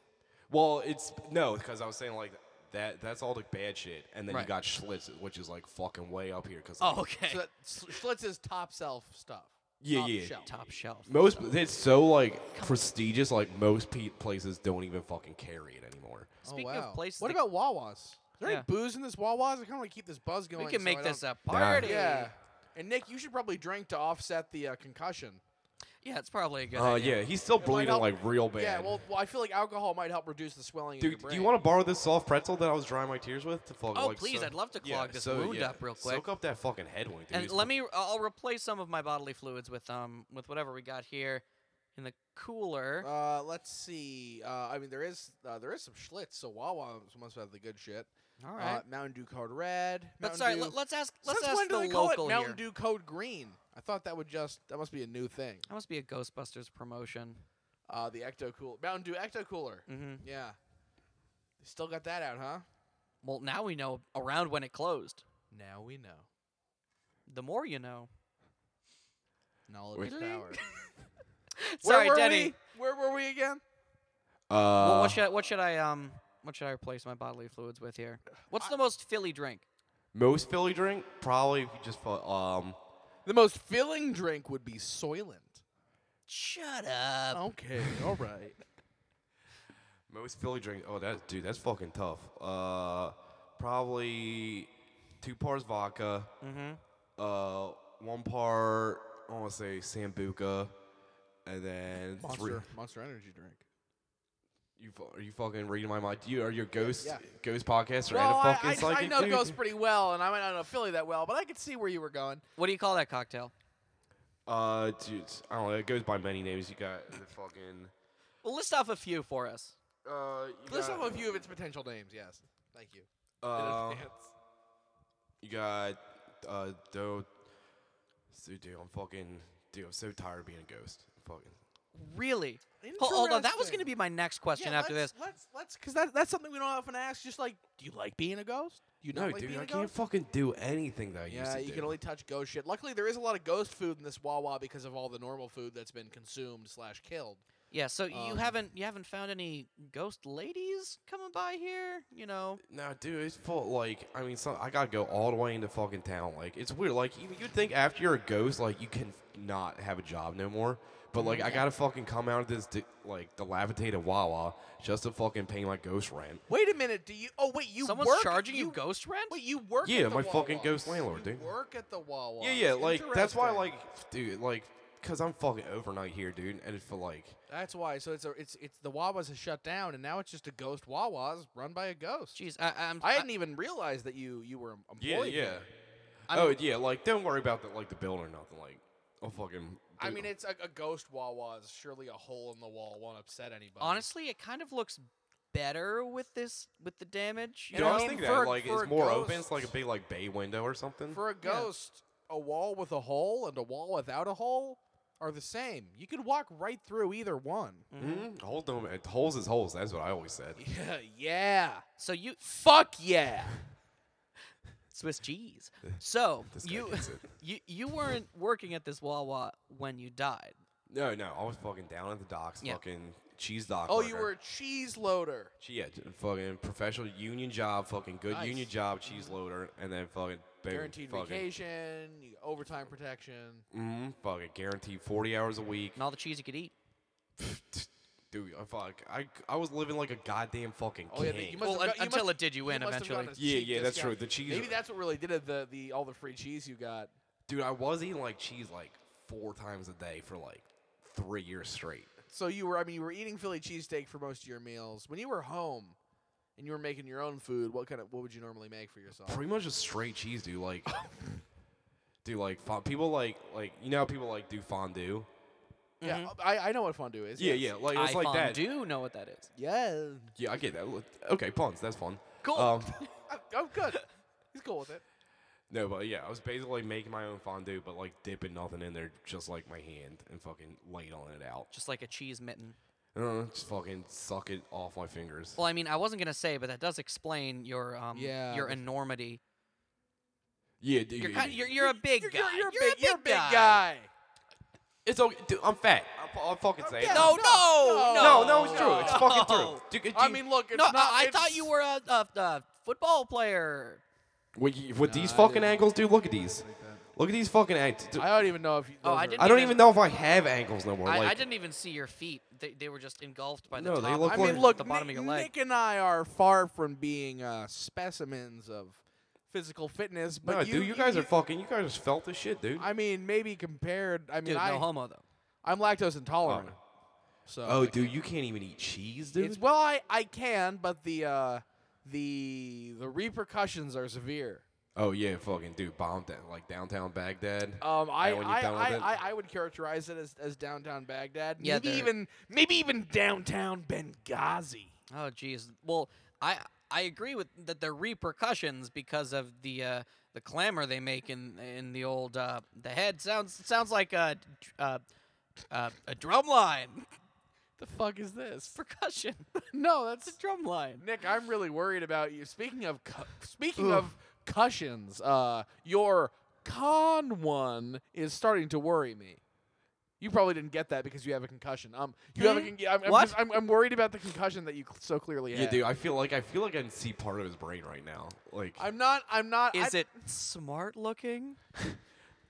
Speaker 4: Well, it's no, because I was saying like that. That's all the bad shit, and then
Speaker 2: Right.
Speaker 4: you got Schlitz, which is like fucking way up here. Because
Speaker 2: oh, okay. Oh,
Speaker 1: So that- Schlitz is top shelf stuff.
Speaker 4: Yeah,
Speaker 1: top
Speaker 4: yeah.
Speaker 1: Shelf.
Speaker 2: Top shelf.
Speaker 1: Oh,
Speaker 4: most it's so like prestigious. Like most pe- places don't even fucking carry it anymore.
Speaker 1: Oh,
Speaker 2: Speaking
Speaker 1: wow.
Speaker 2: of places,
Speaker 1: What
Speaker 2: that-
Speaker 1: about Wawas? Is there
Speaker 2: Yeah.
Speaker 1: any booze in this Wawas? I kind of want to keep this buzz going.
Speaker 2: we can
Speaker 1: so
Speaker 2: make
Speaker 1: Oh, I
Speaker 2: this
Speaker 1: don't-
Speaker 2: a party?
Speaker 1: Yeah. And Nick, you should probably drink to offset the uh, concussion.
Speaker 2: Yeah, it's probably a good.
Speaker 4: Oh
Speaker 2: idea.
Speaker 4: yeah, he's still bleeding
Speaker 1: help-
Speaker 4: like real bad.
Speaker 1: Yeah. Well, well, I feel like alcohol might help reduce the swelling. in
Speaker 4: Dude,
Speaker 1: your
Speaker 4: do you
Speaker 1: brain.
Speaker 4: want to borrow this soft pretzel that I was drying my tears with? To fucking,
Speaker 2: Oh,
Speaker 4: like,
Speaker 2: please,
Speaker 4: soak-
Speaker 2: I'd love to clog
Speaker 4: yeah,
Speaker 2: this
Speaker 4: so,
Speaker 2: wound
Speaker 4: yeah,
Speaker 2: up real
Speaker 4: Soak
Speaker 2: quick.
Speaker 4: up that fucking head wound, dude.
Speaker 2: And
Speaker 4: It's
Speaker 2: let me. I'll replace some of my bodily fluids with um with whatever we got here in the cooler.
Speaker 1: Uh, let's see. Uh, I mean, there is uh, there is some Schlitz, so Wawa must have the good shit.
Speaker 2: All right.
Speaker 1: Uh, Mountain Dew Code Red.
Speaker 2: but
Speaker 1: Mountain
Speaker 2: sorry,
Speaker 1: Dew.
Speaker 2: let, us ask. Let's
Speaker 1: Since
Speaker 2: ask
Speaker 1: when
Speaker 2: the
Speaker 1: do they call
Speaker 2: local
Speaker 1: it
Speaker 2: here.
Speaker 1: Mountain Dew Code Green? I thought that would just that must be a new thing.
Speaker 2: That must be a Ghostbusters promotion.
Speaker 1: Uh, the Ecto Cooler, Mountain Dew Ecto
Speaker 2: [LAUGHS]
Speaker 1: Cooler.
Speaker 2: Mm-hmm.
Speaker 1: Yeah, they still got that out, huh?
Speaker 2: Well, now we know around when it closed.
Speaker 1: Now we know.
Speaker 2: The more
Speaker 1: [LAUGHS]
Speaker 2: you know.
Speaker 1: Knowledge is
Speaker 2: Really?
Speaker 1: power. [LAUGHS]
Speaker 2: Sorry,
Speaker 1: Where were
Speaker 2: Denny.
Speaker 1: We? Where were we again?
Speaker 4: uh,
Speaker 2: Well, what should I, what should I um what should I replace my bodily fluids with here? What's the most Philly drink?
Speaker 4: most Philly drink probably if you just fu- um.
Speaker 1: The most filling drink would be Soylent.
Speaker 2: Shut up. [LAUGHS]
Speaker 1: Okay, all right.
Speaker 4: Most Philly drink. Oh, that dude, that's fucking tough. Uh, probably two parts vodka. Uh, one part I want to say sambuca, and then three.
Speaker 1: Monster, Monster Energy drink.
Speaker 4: You fu- are you fucking reading my mind? You are your ghost
Speaker 1: yeah.
Speaker 4: ghost podcaster
Speaker 1: Well,
Speaker 4: and a
Speaker 1: I,
Speaker 4: fucking
Speaker 1: I, I
Speaker 4: psychic
Speaker 1: know
Speaker 4: dude?
Speaker 1: Ghost pretty well, and I might not know Philly that well, but I could see where you were going.
Speaker 2: What do you call that cocktail?
Speaker 4: Uh, dude, I don't know. It goes by many names. You got the fucking.
Speaker 2: Well, list off a few for us.
Speaker 4: Uh, you
Speaker 1: List
Speaker 4: got,
Speaker 1: off a few of its potential names. Yes, thank you.
Speaker 4: uh,
Speaker 1: in advance.
Speaker 4: you got uh, do. So, dude, I'm fucking. Dude, I'm so tired of being a ghost. I'm fucking.
Speaker 2: Really? Ho- Hold on, that was going
Speaker 1: Interesting.
Speaker 2: to be my next question after
Speaker 1: let's,
Speaker 2: this.
Speaker 1: let's let's because that, that's something we don't often ask. Just like, do you like being a ghost? Do you not
Speaker 4: No,
Speaker 1: like
Speaker 4: dude,
Speaker 1: being
Speaker 4: I
Speaker 1: a
Speaker 4: can't
Speaker 1: ghost?
Speaker 4: fucking do anything that I used
Speaker 1: yeah,
Speaker 4: to
Speaker 1: you
Speaker 4: do.
Speaker 1: can only touch ghost shit. Luckily, there is a lot of ghost food in this Wawa because of all the normal food that's been consumed slash killed.
Speaker 2: Yeah, so you
Speaker 1: Um,
Speaker 2: haven't you haven't found any ghost ladies coming by here, you know?
Speaker 4: No, dude, it's full. Like, I mean, some, I gotta go all the way into fucking town. Like, it's weird. Like, you, you'd think after you're a ghost, like, you can not have a job no more. But like,
Speaker 1: Mm-hmm.
Speaker 4: I gotta fucking come out of this di- like dilapidated Wawa just to fucking pay my ghost rent.
Speaker 1: Wait a minute, do you? Oh wait, you
Speaker 2: Someone's
Speaker 1: work,
Speaker 2: charging you, ghost rent?
Speaker 1: Wait, you work?
Speaker 4: Yeah,
Speaker 1: at the
Speaker 4: my fucking
Speaker 1: Wawas.
Speaker 4: ghost landlord,
Speaker 1: You
Speaker 4: dude.
Speaker 1: Work at the Wawa.
Speaker 4: Yeah, yeah. Like, that's why, like, dude, like, cause I'm fucking overnight here, dude, and it's for like,
Speaker 1: that's why. So it's a, it's it's the Wawas has shut down, and now it's just a ghost Wawas run by a ghost.
Speaker 2: Jeez, I, I'm
Speaker 1: I hadn't even realized that you you were em-
Speaker 4: yeah,
Speaker 1: employed.
Speaker 4: yeah.
Speaker 1: there.
Speaker 4: oh yeah, like, don't worry about the like the bill or nothing. Like, I'll fucking.
Speaker 1: I
Speaker 4: do-
Speaker 1: mean, it's a, a ghost Wawa is surely a hole in the wall won't upset anybody.
Speaker 2: honestly it kind of looks better with this with the damage. You
Speaker 4: Dude,
Speaker 2: know
Speaker 4: I
Speaker 2: what
Speaker 4: was
Speaker 2: I mean?
Speaker 4: thinking
Speaker 1: for
Speaker 4: that
Speaker 1: a-
Speaker 4: like
Speaker 1: for a
Speaker 4: it's more open.
Speaker 1: ghost-
Speaker 4: It's like a big like bay window or something.
Speaker 1: for a ghost, a wall with a hole and a wall without a hole are the same. You could walk right through either one.
Speaker 4: Mm-hmm. Holes don't. it- Holes is holes. That's what I always said.
Speaker 1: Yeah, [LAUGHS] yeah.
Speaker 2: So you
Speaker 1: Fuck yeah. [LAUGHS]
Speaker 2: Swiss cheese. So
Speaker 4: This guy
Speaker 2: you
Speaker 4: gets it.
Speaker 2: [LAUGHS] you you weren't working at this Wawa when you died.
Speaker 4: No, no. I was fucking down at the docks,
Speaker 2: Yeah.
Speaker 4: fucking cheese dock.
Speaker 1: Oh, you
Speaker 4: worker.
Speaker 1: were a cheese loader.
Speaker 4: She- Yeah, d- fucking professional union job, fucking good
Speaker 1: Nice.
Speaker 4: union job, cheese loader, and then fucking boom,
Speaker 1: Guaranteed
Speaker 4: fucking,
Speaker 1: vacation, you get overtime protection.
Speaker 4: mhm, fucking guaranteed forty hours a week.
Speaker 2: and all the cheese you could eat.
Speaker 4: Dude, I fuck, I, I was living like a goddamn fucking
Speaker 1: Oh, yeah,
Speaker 4: king.
Speaker 1: you must have
Speaker 3: Well, un-
Speaker 1: got- you
Speaker 3: until
Speaker 1: must-
Speaker 3: it did you
Speaker 1: you
Speaker 3: in
Speaker 1: must have
Speaker 3: eventually.
Speaker 1: gotten a
Speaker 4: Yeah,
Speaker 1: cheap
Speaker 4: yeah, that's
Speaker 1: discount.
Speaker 4: true. The cheese-
Speaker 1: Maybe that's what really did it. The the all the free cheese you got.
Speaker 4: Dude, I was eating like cheese like four times a day for like three years straight.
Speaker 1: So you were, I mean, you were eating Philly cheesesteak for most of your meals. When you were home, and you were making your own food, what kind of what would you normally make for yourself?
Speaker 4: Pretty much just straight cheese, dude. [LAUGHS] Like, dude, like fo- people like like you know how people like do fondue.
Speaker 1: Yeah, I, I know what fondue is.
Speaker 4: Mm-hmm. Yeah, yeah,
Speaker 1: yes.
Speaker 4: like it's
Speaker 2: I
Speaker 4: like that.
Speaker 2: do know what that is.
Speaker 1: yeah.
Speaker 4: Yeah, I get that. Look, Okay, puns. That's fun.
Speaker 2: Cool.
Speaker 4: Um,
Speaker 1: I'm, I'm good. He's cool with it.
Speaker 4: no, but yeah, I was basically making my own fondue, but like dipping nothing in there, just like my hand and fucking laying on it out.
Speaker 2: Just like a cheese mitten.
Speaker 4: Uh, just fucking suck it off my fingers.
Speaker 2: Well, I mean, I wasn't gonna say, but that does explain your um
Speaker 1: Yeah,
Speaker 2: your
Speaker 1: the-
Speaker 2: enormity.
Speaker 4: Yeah, dude.
Speaker 2: You're
Speaker 4: yeah,
Speaker 2: kind,
Speaker 4: yeah.
Speaker 2: you're, you're a big
Speaker 1: You're,
Speaker 2: guy.
Speaker 1: you're, a big, you're a big guy.
Speaker 4: It's okay, dude. I'm fat. I'll, I'll fucking say it.
Speaker 2: No, no, no,
Speaker 4: no, no, it's true. It's fucking
Speaker 2: No.
Speaker 4: true. Dude, it-
Speaker 1: I
Speaker 4: dude,
Speaker 1: mean, look, it's
Speaker 2: No,
Speaker 1: not.
Speaker 2: I, I
Speaker 1: it's-
Speaker 2: thought you were a, a, a football player.
Speaker 4: With, y- with these
Speaker 1: I
Speaker 4: fucking
Speaker 1: didn't-
Speaker 4: angles, dude, look at these. Look at these fucking angles.
Speaker 1: I don't even know if. You,
Speaker 2: Oh,
Speaker 1: those
Speaker 2: I
Speaker 1: are-
Speaker 2: didn't
Speaker 4: I don't
Speaker 2: even-
Speaker 4: even know if I have angles no more.
Speaker 2: I,
Speaker 4: like,
Speaker 2: I didn't even see your feet. They, they were just engulfed by the
Speaker 4: No,
Speaker 2: top.
Speaker 4: they look
Speaker 1: I
Speaker 4: like-
Speaker 1: mean, look,
Speaker 2: the bottom
Speaker 1: Nick,
Speaker 2: of your leg.
Speaker 1: Nick and I are far from being uh, specimens of physical fitness, but
Speaker 4: no,
Speaker 1: you,
Speaker 4: dude, you guys are fucking. You guys are felt as shit, dude.
Speaker 1: I mean, maybe compared. I mean,
Speaker 2: Dude,
Speaker 1: I,
Speaker 2: no homo though.
Speaker 1: I'm lactose intolerant. So
Speaker 4: oh, dude, you can't even eat cheese, dude.
Speaker 1: it's well, I, I can, but the uh, the the repercussions are severe.
Speaker 4: Oh yeah, fucking dude, bomb down like downtown Baghdad.
Speaker 1: Um, I,
Speaker 4: when you're
Speaker 1: I,
Speaker 4: done with
Speaker 1: I,
Speaker 4: it?
Speaker 1: I, I would characterize it as, as downtown Baghdad.
Speaker 2: Yeah,
Speaker 1: maybe
Speaker 2: they're-
Speaker 1: even maybe even downtown Benghazi.
Speaker 2: Oh, geez. Well, I I agree with that. The repercussions because of the uh, the clamor they make in in the old uh, the head sounds sounds like a d- uh, uh, a drum line [LAUGHS]
Speaker 1: The fuck is this?
Speaker 2: percussion
Speaker 1: [LAUGHS]
Speaker 2: [LAUGHS]
Speaker 1: No, that's
Speaker 2: drum line.
Speaker 1: Nick, I'm really worried about you. Speaking of cu- speaking of cushions, uh, your con one is starting to worry me. You probably didn't get that because you have a concussion. Um, you have a con- I'm, I'm,
Speaker 2: What?
Speaker 1: just- I'm, I'm worried about the concussion that you cl- so clearly
Speaker 4: yeah,
Speaker 1: had.
Speaker 4: dude, I feel like I feel like I can see part of his brain right now. Like
Speaker 1: I'm not. I'm not.
Speaker 2: Is
Speaker 1: I,
Speaker 2: it smart looking?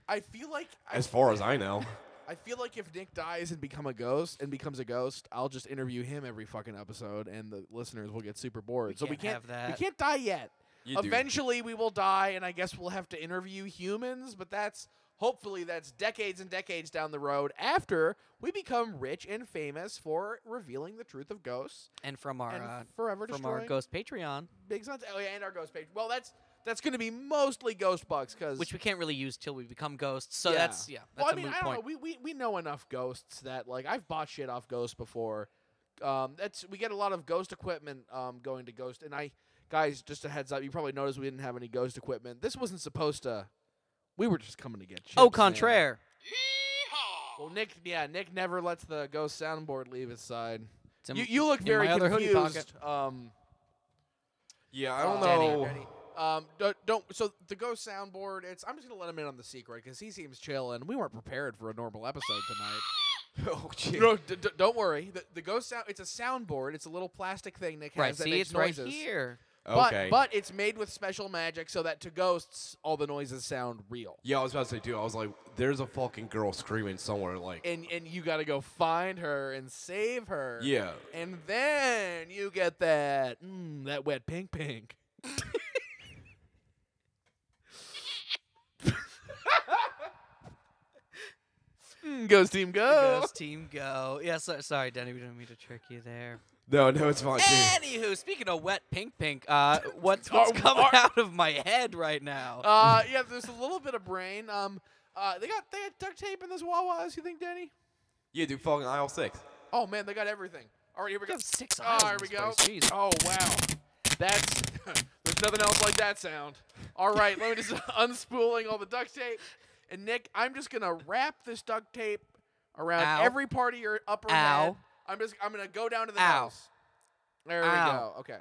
Speaker 1: I feel like I,
Speaker 4: as far as I know,
Speaker 1: I feel like if Nick dies and become a ghost and becomes a ghost, I'll just interview him every fucking episode, and the listeners will get super bored. so we
Speaker 2: can't
Speaker 1: can't.
Speaker 2: have that.
Speaker 1: We can't die yet.
Speaker 4: You do.
Speaker 1: Eventually, we will die, and I guess we'll have to interview humans. But that's hopefully that's decades and decades down the road after we become rich and famous for revealing the truth of ghosts
Speaker 2: And from our
Speaker 1: and
Speaker 2: uh,
Speaker 1: forever
Speaker 2: from
Speaker 1: destroying
Speaker 2: our ghost Patreon,
Speaker 1: big sons. Oh yeah, and our ghost page. Well, that's that's going to be mostly ghost bucks because
Speaker 2: which we can't really use till we become ghosts. So that's yeah,
Speaker 1: well,
Speaker 2: that's
Speaker 1: I
Speaker 2: a
Speaker 1: mean,
Speaker 2: moot
Speaker 1: I don't
Speaker 2: point.
Speaker 1: know. We, we we know enough ghosts that like I've bought shit off ghosts before. Um, that's we get a lot of ghost equipment um, going to ghost. And I guys, just a heads up, you probably noticed we didn't have any ghost equipment. This wasn't supposed to. We were just coming to get. Chips,
Speaker 2: Au
Speaker 1: man.
Speaker 2: contraire.
Speaker 1: Well, Nick, yeah, Nick never lets the ghost soundboard leave his side.
Speaker 2: It's in-
Speaker 1: you you look
Speaker 2: in
Speaker 1: very
Speaker 2: my other hoodie
Speaker 1: confused. Um,
Speaker 4: yeah, I don't
Speaker 1: uh,
Speaker 2: Danny,
Speaker 4: know.
Speaker 1: Danny. Um, don't, don't. So the ghost soundboard. It's. I'm just gonna let him in on the secret because he seems chill, and we weren't prepared for a normal episode tonight.
Speaker 4: [LAUGHS] oh
Speaker 2: [LAUGHS]
Speaker 4: shit.
Speaker 1: No, d- d- don't worry. The, the ghost sound. It's a soundboard. It's a little plastic thing Nick has
Speaker 2: Right,
Speaker 1: that
Speaker 2: see,
Speaker 1: makes
Speaker 2: it's
Speaker 1: noises. [LAUGHS]
Speaker 2: right here.
Speaker 1: But
Speaker 4: okay.
Speaker 1: but it's made with special magic so that to ghosts all the noises sound real.
Speaker 4: yeah, I was about to say, dude. I was like, there's a fucking girl screaming somewhere. Like,
Speaker 1: And and you got to go find her and save her.
Speaker 4: yeah,
Speaker 1: And then you get that mm, that wet pink
Speaker 2: [LAUGHS]
Speaker 1: pink. [LAUGHS] Mm, ghost team go.
Speaker 2: Ghost team go. Yeah, so, sorry, Denny, we didn't mean to trick you
Speaker 1: [LAUGHS]
Speaker 2: there.
Speaker 4: no, no, it's
Speaker 1: Oh,
Speaker 4: fine, dude.
Speaker 2: Anywho, speaking of wet pink pink,
Speaker 1: [LAUGHS]
Speaker 2: uh, what's, what's coming out of my head right now? [LAUGHS]
Speaker 1: Uh, yeah, there's a little bit of brain. Um, uh, they got they got duct tape in those Wawas. You think, Danny?
Speaker 4: Yeah, dude, fucking aisle six.
Speaker 1: Oh man, they got everything. All right, here we go.
Speaker 2: have six
Speaker 1: oh,
Speaker 2: aisles in
Speaker 1: here we
Speaker 2: this
Speaker 1: go.
Speaker 2: place, jeez.
Speaker 1: Oh wow, that's [LAUGHS] there's nothing else like that sound. All right, let me just [LAUGHS] unspooling all the duct tape. And Nick, I'm just gonna wrap this duct tape around
Speaker 2: Ow.
Speaker 1: every part of your upper
Speaker 2: Ow.
Speaker 1: head. I'm just I'm gonna go down to the
Speaker 2: Ow.
Speaker 1: nose. There
Speaker 2: Ow.
Speaker 1: we go. Okay.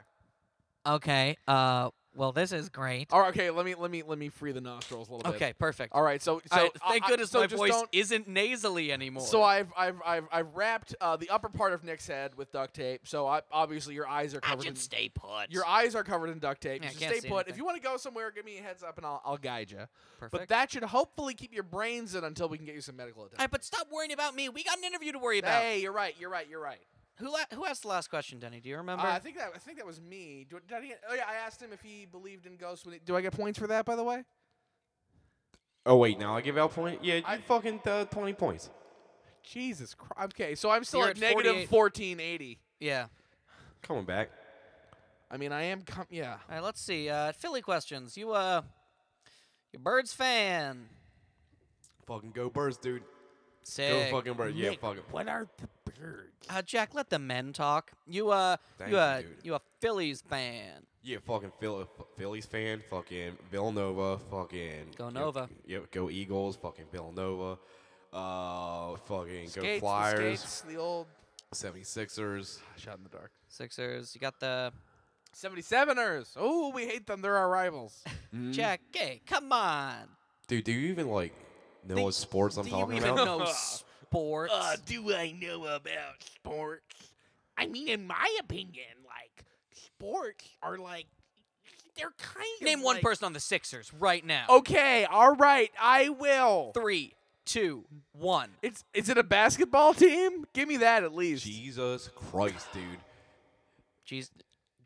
Speaker 2: Okay, uh, Well, this is great.
Speaker 1: All right, okay, let me let me let me free the nostrils a little bit.
Speaker 2: Okay, Uh, perfect.
Speaker 1: All right, so so
Speaker 3: I- thank
Speaker 1: I-
Speaker 3: goodness
Speaker 1: so
Speaker 3: my
Speaker 1: just
Speaker 3: voice
Speaker 1: don't-
Speaker 3: isn't nasally anymore.
Speaker 1: So I've I've I've, I've wrapped uh, the upper part of Nick's head with duct tape. So I, obviously your eyes are
Speaker 3: I
Speaker 1: covered. in,
Speaker 3: should stay put.
Speaker 1: Your eyes are covered in duct tape.
Speaker 2: Yeah, I
Speaker 1: so
Speaker 2: can't
Speaker 1: stay
Speaker 2: see
Speaker 1: put. If
Speaker 2: anything.
Speaker 1: you want to go somewhere, give me a heads up and I'll, I'll guide you.
Speaker 2: Perfect.
Speaker 1: But that should hopefully keep your brains in until we can get you some medical
Speaker 2: All
Speaker 1: attention.
Speaker 2: right, but stop worrying about me. We got an interview to worry about.
Speaker 1: Hey, you're right. You're right. You're right.
Speaker 2: Who la- who asked the last question, Denny? Do you remember?
Speaker 1: Uh, I think that I think that was me. Do, did I get, oh yeah, I asked him if he believed in ghosts. When he, do I get points for that, by the way?
Speaker 4: Oh wait, now I give out point. Yeah, you
Speaker 1: I-
Speaker 4: fucking uh, twenty points.
Speaker 1: Jesus Christ. Okay, so I'm still
Speaker 2: You're
Speaker 1: at
Speaker 2: at
Speaker 1: negative
Speaker 2: 48.
Speaker 1: fourteen eighty.
Speaker 2: yeah.
Speaker 4: Coming back.
Speaker 1: I mean, I am. Com- yeah.
Speaker 2: All right, let's see. Uh, Philly questions. You uh, you Birds fan.
Speaker 4: Fucking go birds, dude.
Speaker 2: Sick.
Speaker 4: Go fucking birds. Yeah,
Speaker 2: Nick,
Speaker 4: fucking. What are the birds?
Speaker 2: Uh, Jack, let the men talk. You uh,
Speaker 4: Thank
Speaker 2: you
Speaker 4: you,
Speaker 2: uh,
Speaker 4: dude.
Speaker 2: you a Phillies fan?
Speaker 4: Yeah, fucking Phil, Phillies fan. Fucking Villanova. Fucking.
Speaker 2: Go Nova.
Speaker 4: Yep, yep, go Eagles. Fucking Villanova. Uh, fucking
Speaker 1: Skates,
Speaker 4: go Flyers.
Speaker 1: The skates, the old
Speaker 4: 76ers.
Speaker 1: shot in the dark.
Speaker 2: Sixers. You got the
Speaker 1: 77ers. Oh, we hate them. They're our rivals.
Speaker 2: Jack. Hey, come on.
Speaker 4: Dude, do Mm-hmm. you even like know
Speaker 2: Think-
Speaker 4: what sports I'm
Speaker 2: Do you
Speaker 4: talking
Speaker 2: even
Speaker 4: about? [LAUGHS] Uh,
Speaker 2: know sports?
Speaker 7: [LAUGHS] do I know about sports? I mean, in my opinion, like sports are like they're kind of
Speaker 2: Name one
Speaker 7: like-
Speaker 2: person on the Sixers right now.
Speaker 4: Oh.
Speaker 1: okay, all right. I will.
Speaker 2: Three, two, one.
Speaker 1: It's is it a basketball team? Give me that at least.
Speaker 4: Jesus Christ, dude.
Speaker 2: Jeez,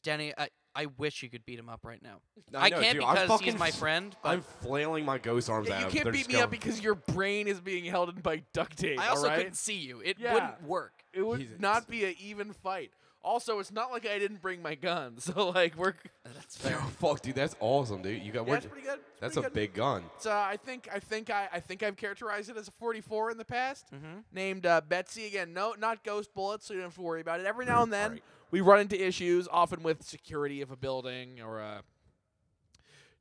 Speaker 2: Denny, I, I wish you could beat him up right now.
Speaker 4: No,
Speaker 2: I
Speaker 4: know,
Speaker 2: can't
Speaker 4: dude, I'm
Speaker 2: because
Speaker 4: fucking
Speaker 2: he's my
Speaker 4: [LAUGHS] s-
Speaker 2: friend. But
Speaker 4: I'm flailing my ghost arms
Speaker 1: Yeah,
Speaker 4: at
Speaker 1: you
Speaker 4: him.
Speaker 1: can't
Speaker 4: They're
Speaker 1: beat
Speaker 4: just
Speaker 1: me
Speaker 4: going,
Speaker 1: up because your brain is being held in by duct tape.
Speaker 2: I also
Speaker 1: all right?
Speaker 2: couldn't see you. It
Speaker 1: Yeah.
Speaker 2: wouldn't work.
Speaker 1: It would
Speaker 4: He's-
Speaker 1: not be an even fight. Also, it's not like I didn't bring my gun, [LAUGHS] so like we're.
Speaker 2: That's
Speaker 4: [LAUGHS] Yo, fuck, dude, that's awesome, dude. You got
Speaker 1: Yeah,
Speaker 4: we're
Speaker 1: it's pretty good. It's
Speaker 4: That's
Speaker 1: pretty
Speaker 4: a
Speaker 1: good.
Speaker 4: big gun.
Speaker 1: It's, uh, I think I think I, I think I've characterized it as a 44 in the past,
Speaker 4: Mm-hmm.
Speaker 1: named uh, Betsy again. No, not ghost bullets, so you don't have to worry about it. Every now and then
Speaker 4: Right.
Speaker 1: we run into issues, often with security of a building or. Uh,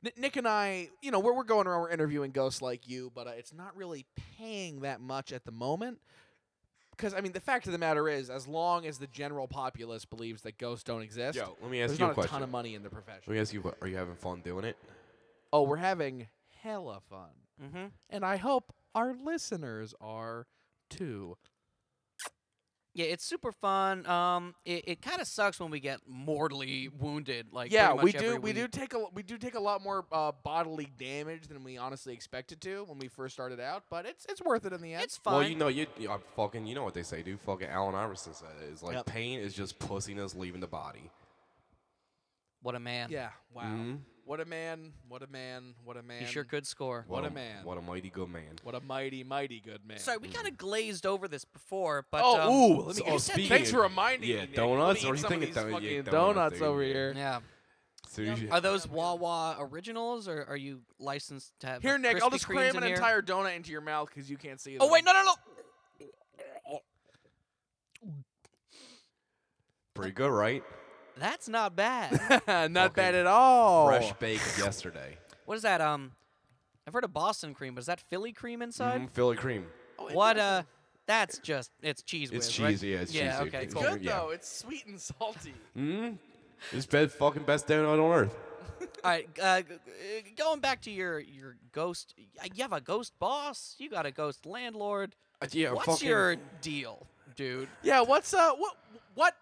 Speaker 1: Ni- Nick and I, you know, we're, we're going around, we're interviewing ghosts like you, but uh, it's not really paying that much at the moment. Because, I mean, the fact of the matter is, as long as the general populace believes that ghosts don't exist,
Speaker 4: Yo, let me ask
Speaker 1: there's
Speaker 4: you
Speaker 1: not
Speaker 4: a
Speaker 1: a
Speaker 4: question.
Speaker 1: ton of money in the profession.
Speaker 4: Let me ask you, what, are you having fun doing it?
Speaker 1: Oh, we're having hella fun.
Speaker 2: Mm-hmm.
Speaker 1: And I hope our listeners are too.
Speaker 2: Yeah, it's super fun. Um, it, it kind of sucks when we get mortally wounded. Like
Speaker 1: yeah,
Speaker 2: pretty much
Speaker 1: we do.
Speaker 2: every
Speaker 1: We do
Speaker 2: week.
Speaker 1: take a lo- we do take a lot more uh, bodily damage than we honestly expected to when we first started out, but it's it's worth it in the end.
Speaker 2: It's fine.
Speaker 4: Well, you know, you, you I'm fucking, you know what they say, dude. Fucking Alan Iverson said it. It's like
Speaker 1: Yep.
Speaker 4: pain is just pussiness leaving the body.
Speaker 2: what a man.
Speaker 1: yeah. Wow.
Speaker 4: Mhm.
Speaker 1: What a man. What a man. What a man.
Speaker 2: he sure could score.
Speaker 1: What a
Speaker 4: m-
Speaker 1: man.
Speaker 4: What a mighty good man.
Speaker 1: What a mighty, mighty good man.
Speaker 2: Sorry, we kind of glazed over this before, but
Speaker 1: oh,
Speaker 2: um,
Speaker 1: ooh, let me
Speaker 4: so-
Speaker 1: get
Speaker 4: oh,
Speaker 1: you said that.
Speaker 4: speaking
Speaker 1: Thanks
Speaker 4: of-
Speaker 1: for reminding me.
Speaker 4: yeah,
Speaker 1: Nick.
Speaker 4: donuts,
Speaker 1: Let
Speaker 4: or
Speaker 1: me eat
Speaker 4: you
Speaker 1: some
Speaker 4: think
Speaker 1: of
Speaker 4: it's
Speaker 1: these
Speaker 4: don- yeah,
Speaker 1: fucking
Speaker 4: donuts,
Speaker 1: donuts
Speaker 4: dude.
Speaker 1: over here.
Speaker 2: yeah.
Speaker 4: So you-
Speaker 2: Are those Wawa originals, or are you licensed to have
Speaker 1: Here,
Speaker 2: like,
Speaker 1: Nick, I'll
Speaker 2: Krispy
Speaker 1: just
Speaker 2: Kremes
Speaker 1: cram
Speaker 2: in
Speaker 1: an
Speaker 2: here?
Speaker 1: entire donut into your mouth because you can't see.
Speaker 2: Oh wait, no, no, no.
Speaker 4: pretty good, right?
Speaker 2: That's not bad.
Speaker 1: [LAUGHS] no, [LAUGHS] not bad
Speaker 4: Fucking
Speaker 1: at all.
Speaker 4: Fresh
Speaker 1: [LAUGHS]
Speaker 4: baked yesterday.
Speaker 2: what is that? Um, I've heard of Boston cream, but is that Philly cream inside?
Speaker 4: Mm, Philly cream.
Speaker 2: What? Uh, that's just it's cheese.
Speaker 4: It's
Speaker 2: whiz,
Speaker 4: cheesy.
Speaker 2: right?
Speaker 4: Yeah, it's
Speaker 2: Yeah,
Speaker 4: cheesy.
Speaker 2: okay,
Speaker 4: It's
Speaker 2: cool.
Speaker 1: Good
Speaker 4: yeah.
Speaker 1: though. It's sweet and salty.
Speaker 4: Mm. It's best fucking best donut on earth.
Speaker 2: All right, uh, g- g- going back to your your ghost, y- you have a ghost boss. You got a ghost landlord.
Speaker 4: Uh, yeah,
Speaker 2: What's
Speaker 4: fucking-
Speaker 2: your deal, dude?
Speaker 1: Yeah, what's uh what what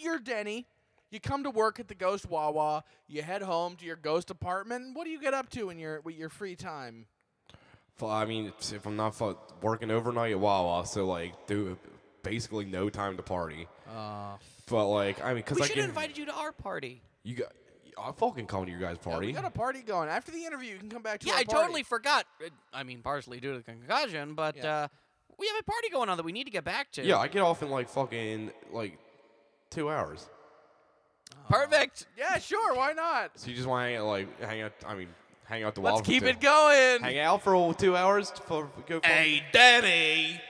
Speaker 1: you're Denny. You come to work at the Ghost Wawa, you head home to your ghost apartment. What do you get up to in your with your free time?
Speaker 4: Fu- I mean, it's- if I'm not fu- working overnight at Wawa, so like, dude, basically no time to party.
Speaker 1: Uh,
Speaker 4: But like, I mean, cause
Speaker 2: We
Speaker 4: I
Speaker 2: should
Speaker 4: can,
Speaker 2: have invited you to our party.
Speaker 4: you. Got, I'll fucking come to your guys' party.
Speaker 1: Uh, we got a party going. After the interview, you can come back to
Speaker 2: yeah,
Speaker 1: our
Speaker 2: I
Speaker 1: party.
Speaker 2: totally forgot. Uh, I mean, partially due to the concussion, but
Speaker 1: Yeah.
Speaker 2: uh, we have a party going on that we need to get back to.
Speaker 4: yeah, I get off in like fucking like two hours.
Speaker 2: perfect.
Speaker 1: Yeah, sure, why not?
Speaker 4: So you just want to hang out, like hang out. I mean, hang out the Wawa.
Speaker 1: Let's
Speaker 4: for
Speaker 1: keep
Speaker 4: two-
Speaker 1: it going.
Speaker 4: Hang out for two hours. For, go for
Speaker 7: Hey, Danny.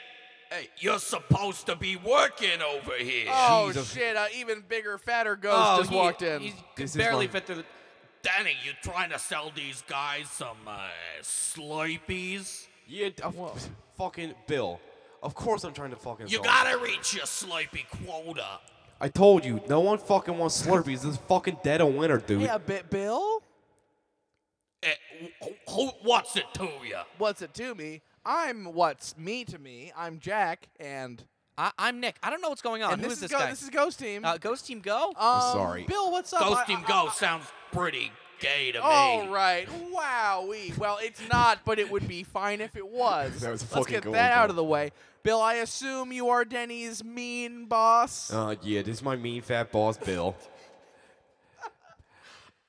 Speaker 7: Hey, you're supposed to be working over here.
Speaker 1: Oh
Speaker 4: Jesus.
Speaker 1: shit, an even bigger, fatter ghost
Speaker 2: Oh,
Speaker 1: just
Speaker 2: he-
Speaker 1: walked in.
Speaker 2: He could
Speaker 4: This is
Speaker 2: barely
Speaker 4: my-
Speaker 2: fit through. The,
Speaker 7: Danny, you trying to sell these guys some uh, sleepies?
Speaker 4: Yeah, d- of- fucking Bill. Of course I'm trying to fucking.
Speaker 7: You
Speaker 4: solve it.
Speaker 7: gotta reach your sleepy quota.
Speaker 4: I told you, no one fucking wants Slurpees. This is fucking dead of winter, dude.
Speaker 1: yeah, bit Bill?
Speaker 3: Eh, wh- wh- what's it to you?
Speaker 1: What's it to me? I'm what's me to me. I'm Jack, and,
Speaker 2: I, I'm Nick. I don't know what's going on.
Speaker 1: and
Speaker 2: Oh, Who
Speaker 1: this
Speaker 2: is this
Speaker 1: Go-
Speaker 2: guy?
Speaker 1: This is Ghost Team.
Speaker 2: uh, Ghost Team Go.
Speaker 1: Um,
Speaker 4: sorry.
Speaker 1: Bill. What's up? I-
Speaker 3: Ghost Team
Speaker 1: I-
Speaker 3: Go sounds pretty gay to me.
Speaker 1: All right. Wow. Well, it's not, but it would be fine
Speaker 3: [LAUGHS]
Speaker 1: if it was.
Speaker 4: That was
Speaker 1: Let's
Speaker 4: fucking
Speaker 1: get
Speaker 4: gold,
Speaker 1: that out
Speaker 4: though.
Speaker 1: of the way. Bill, I assume you are Denny's mean boss.
Speaker 4: Uh, yeah, this is my mean fat boss, Bill.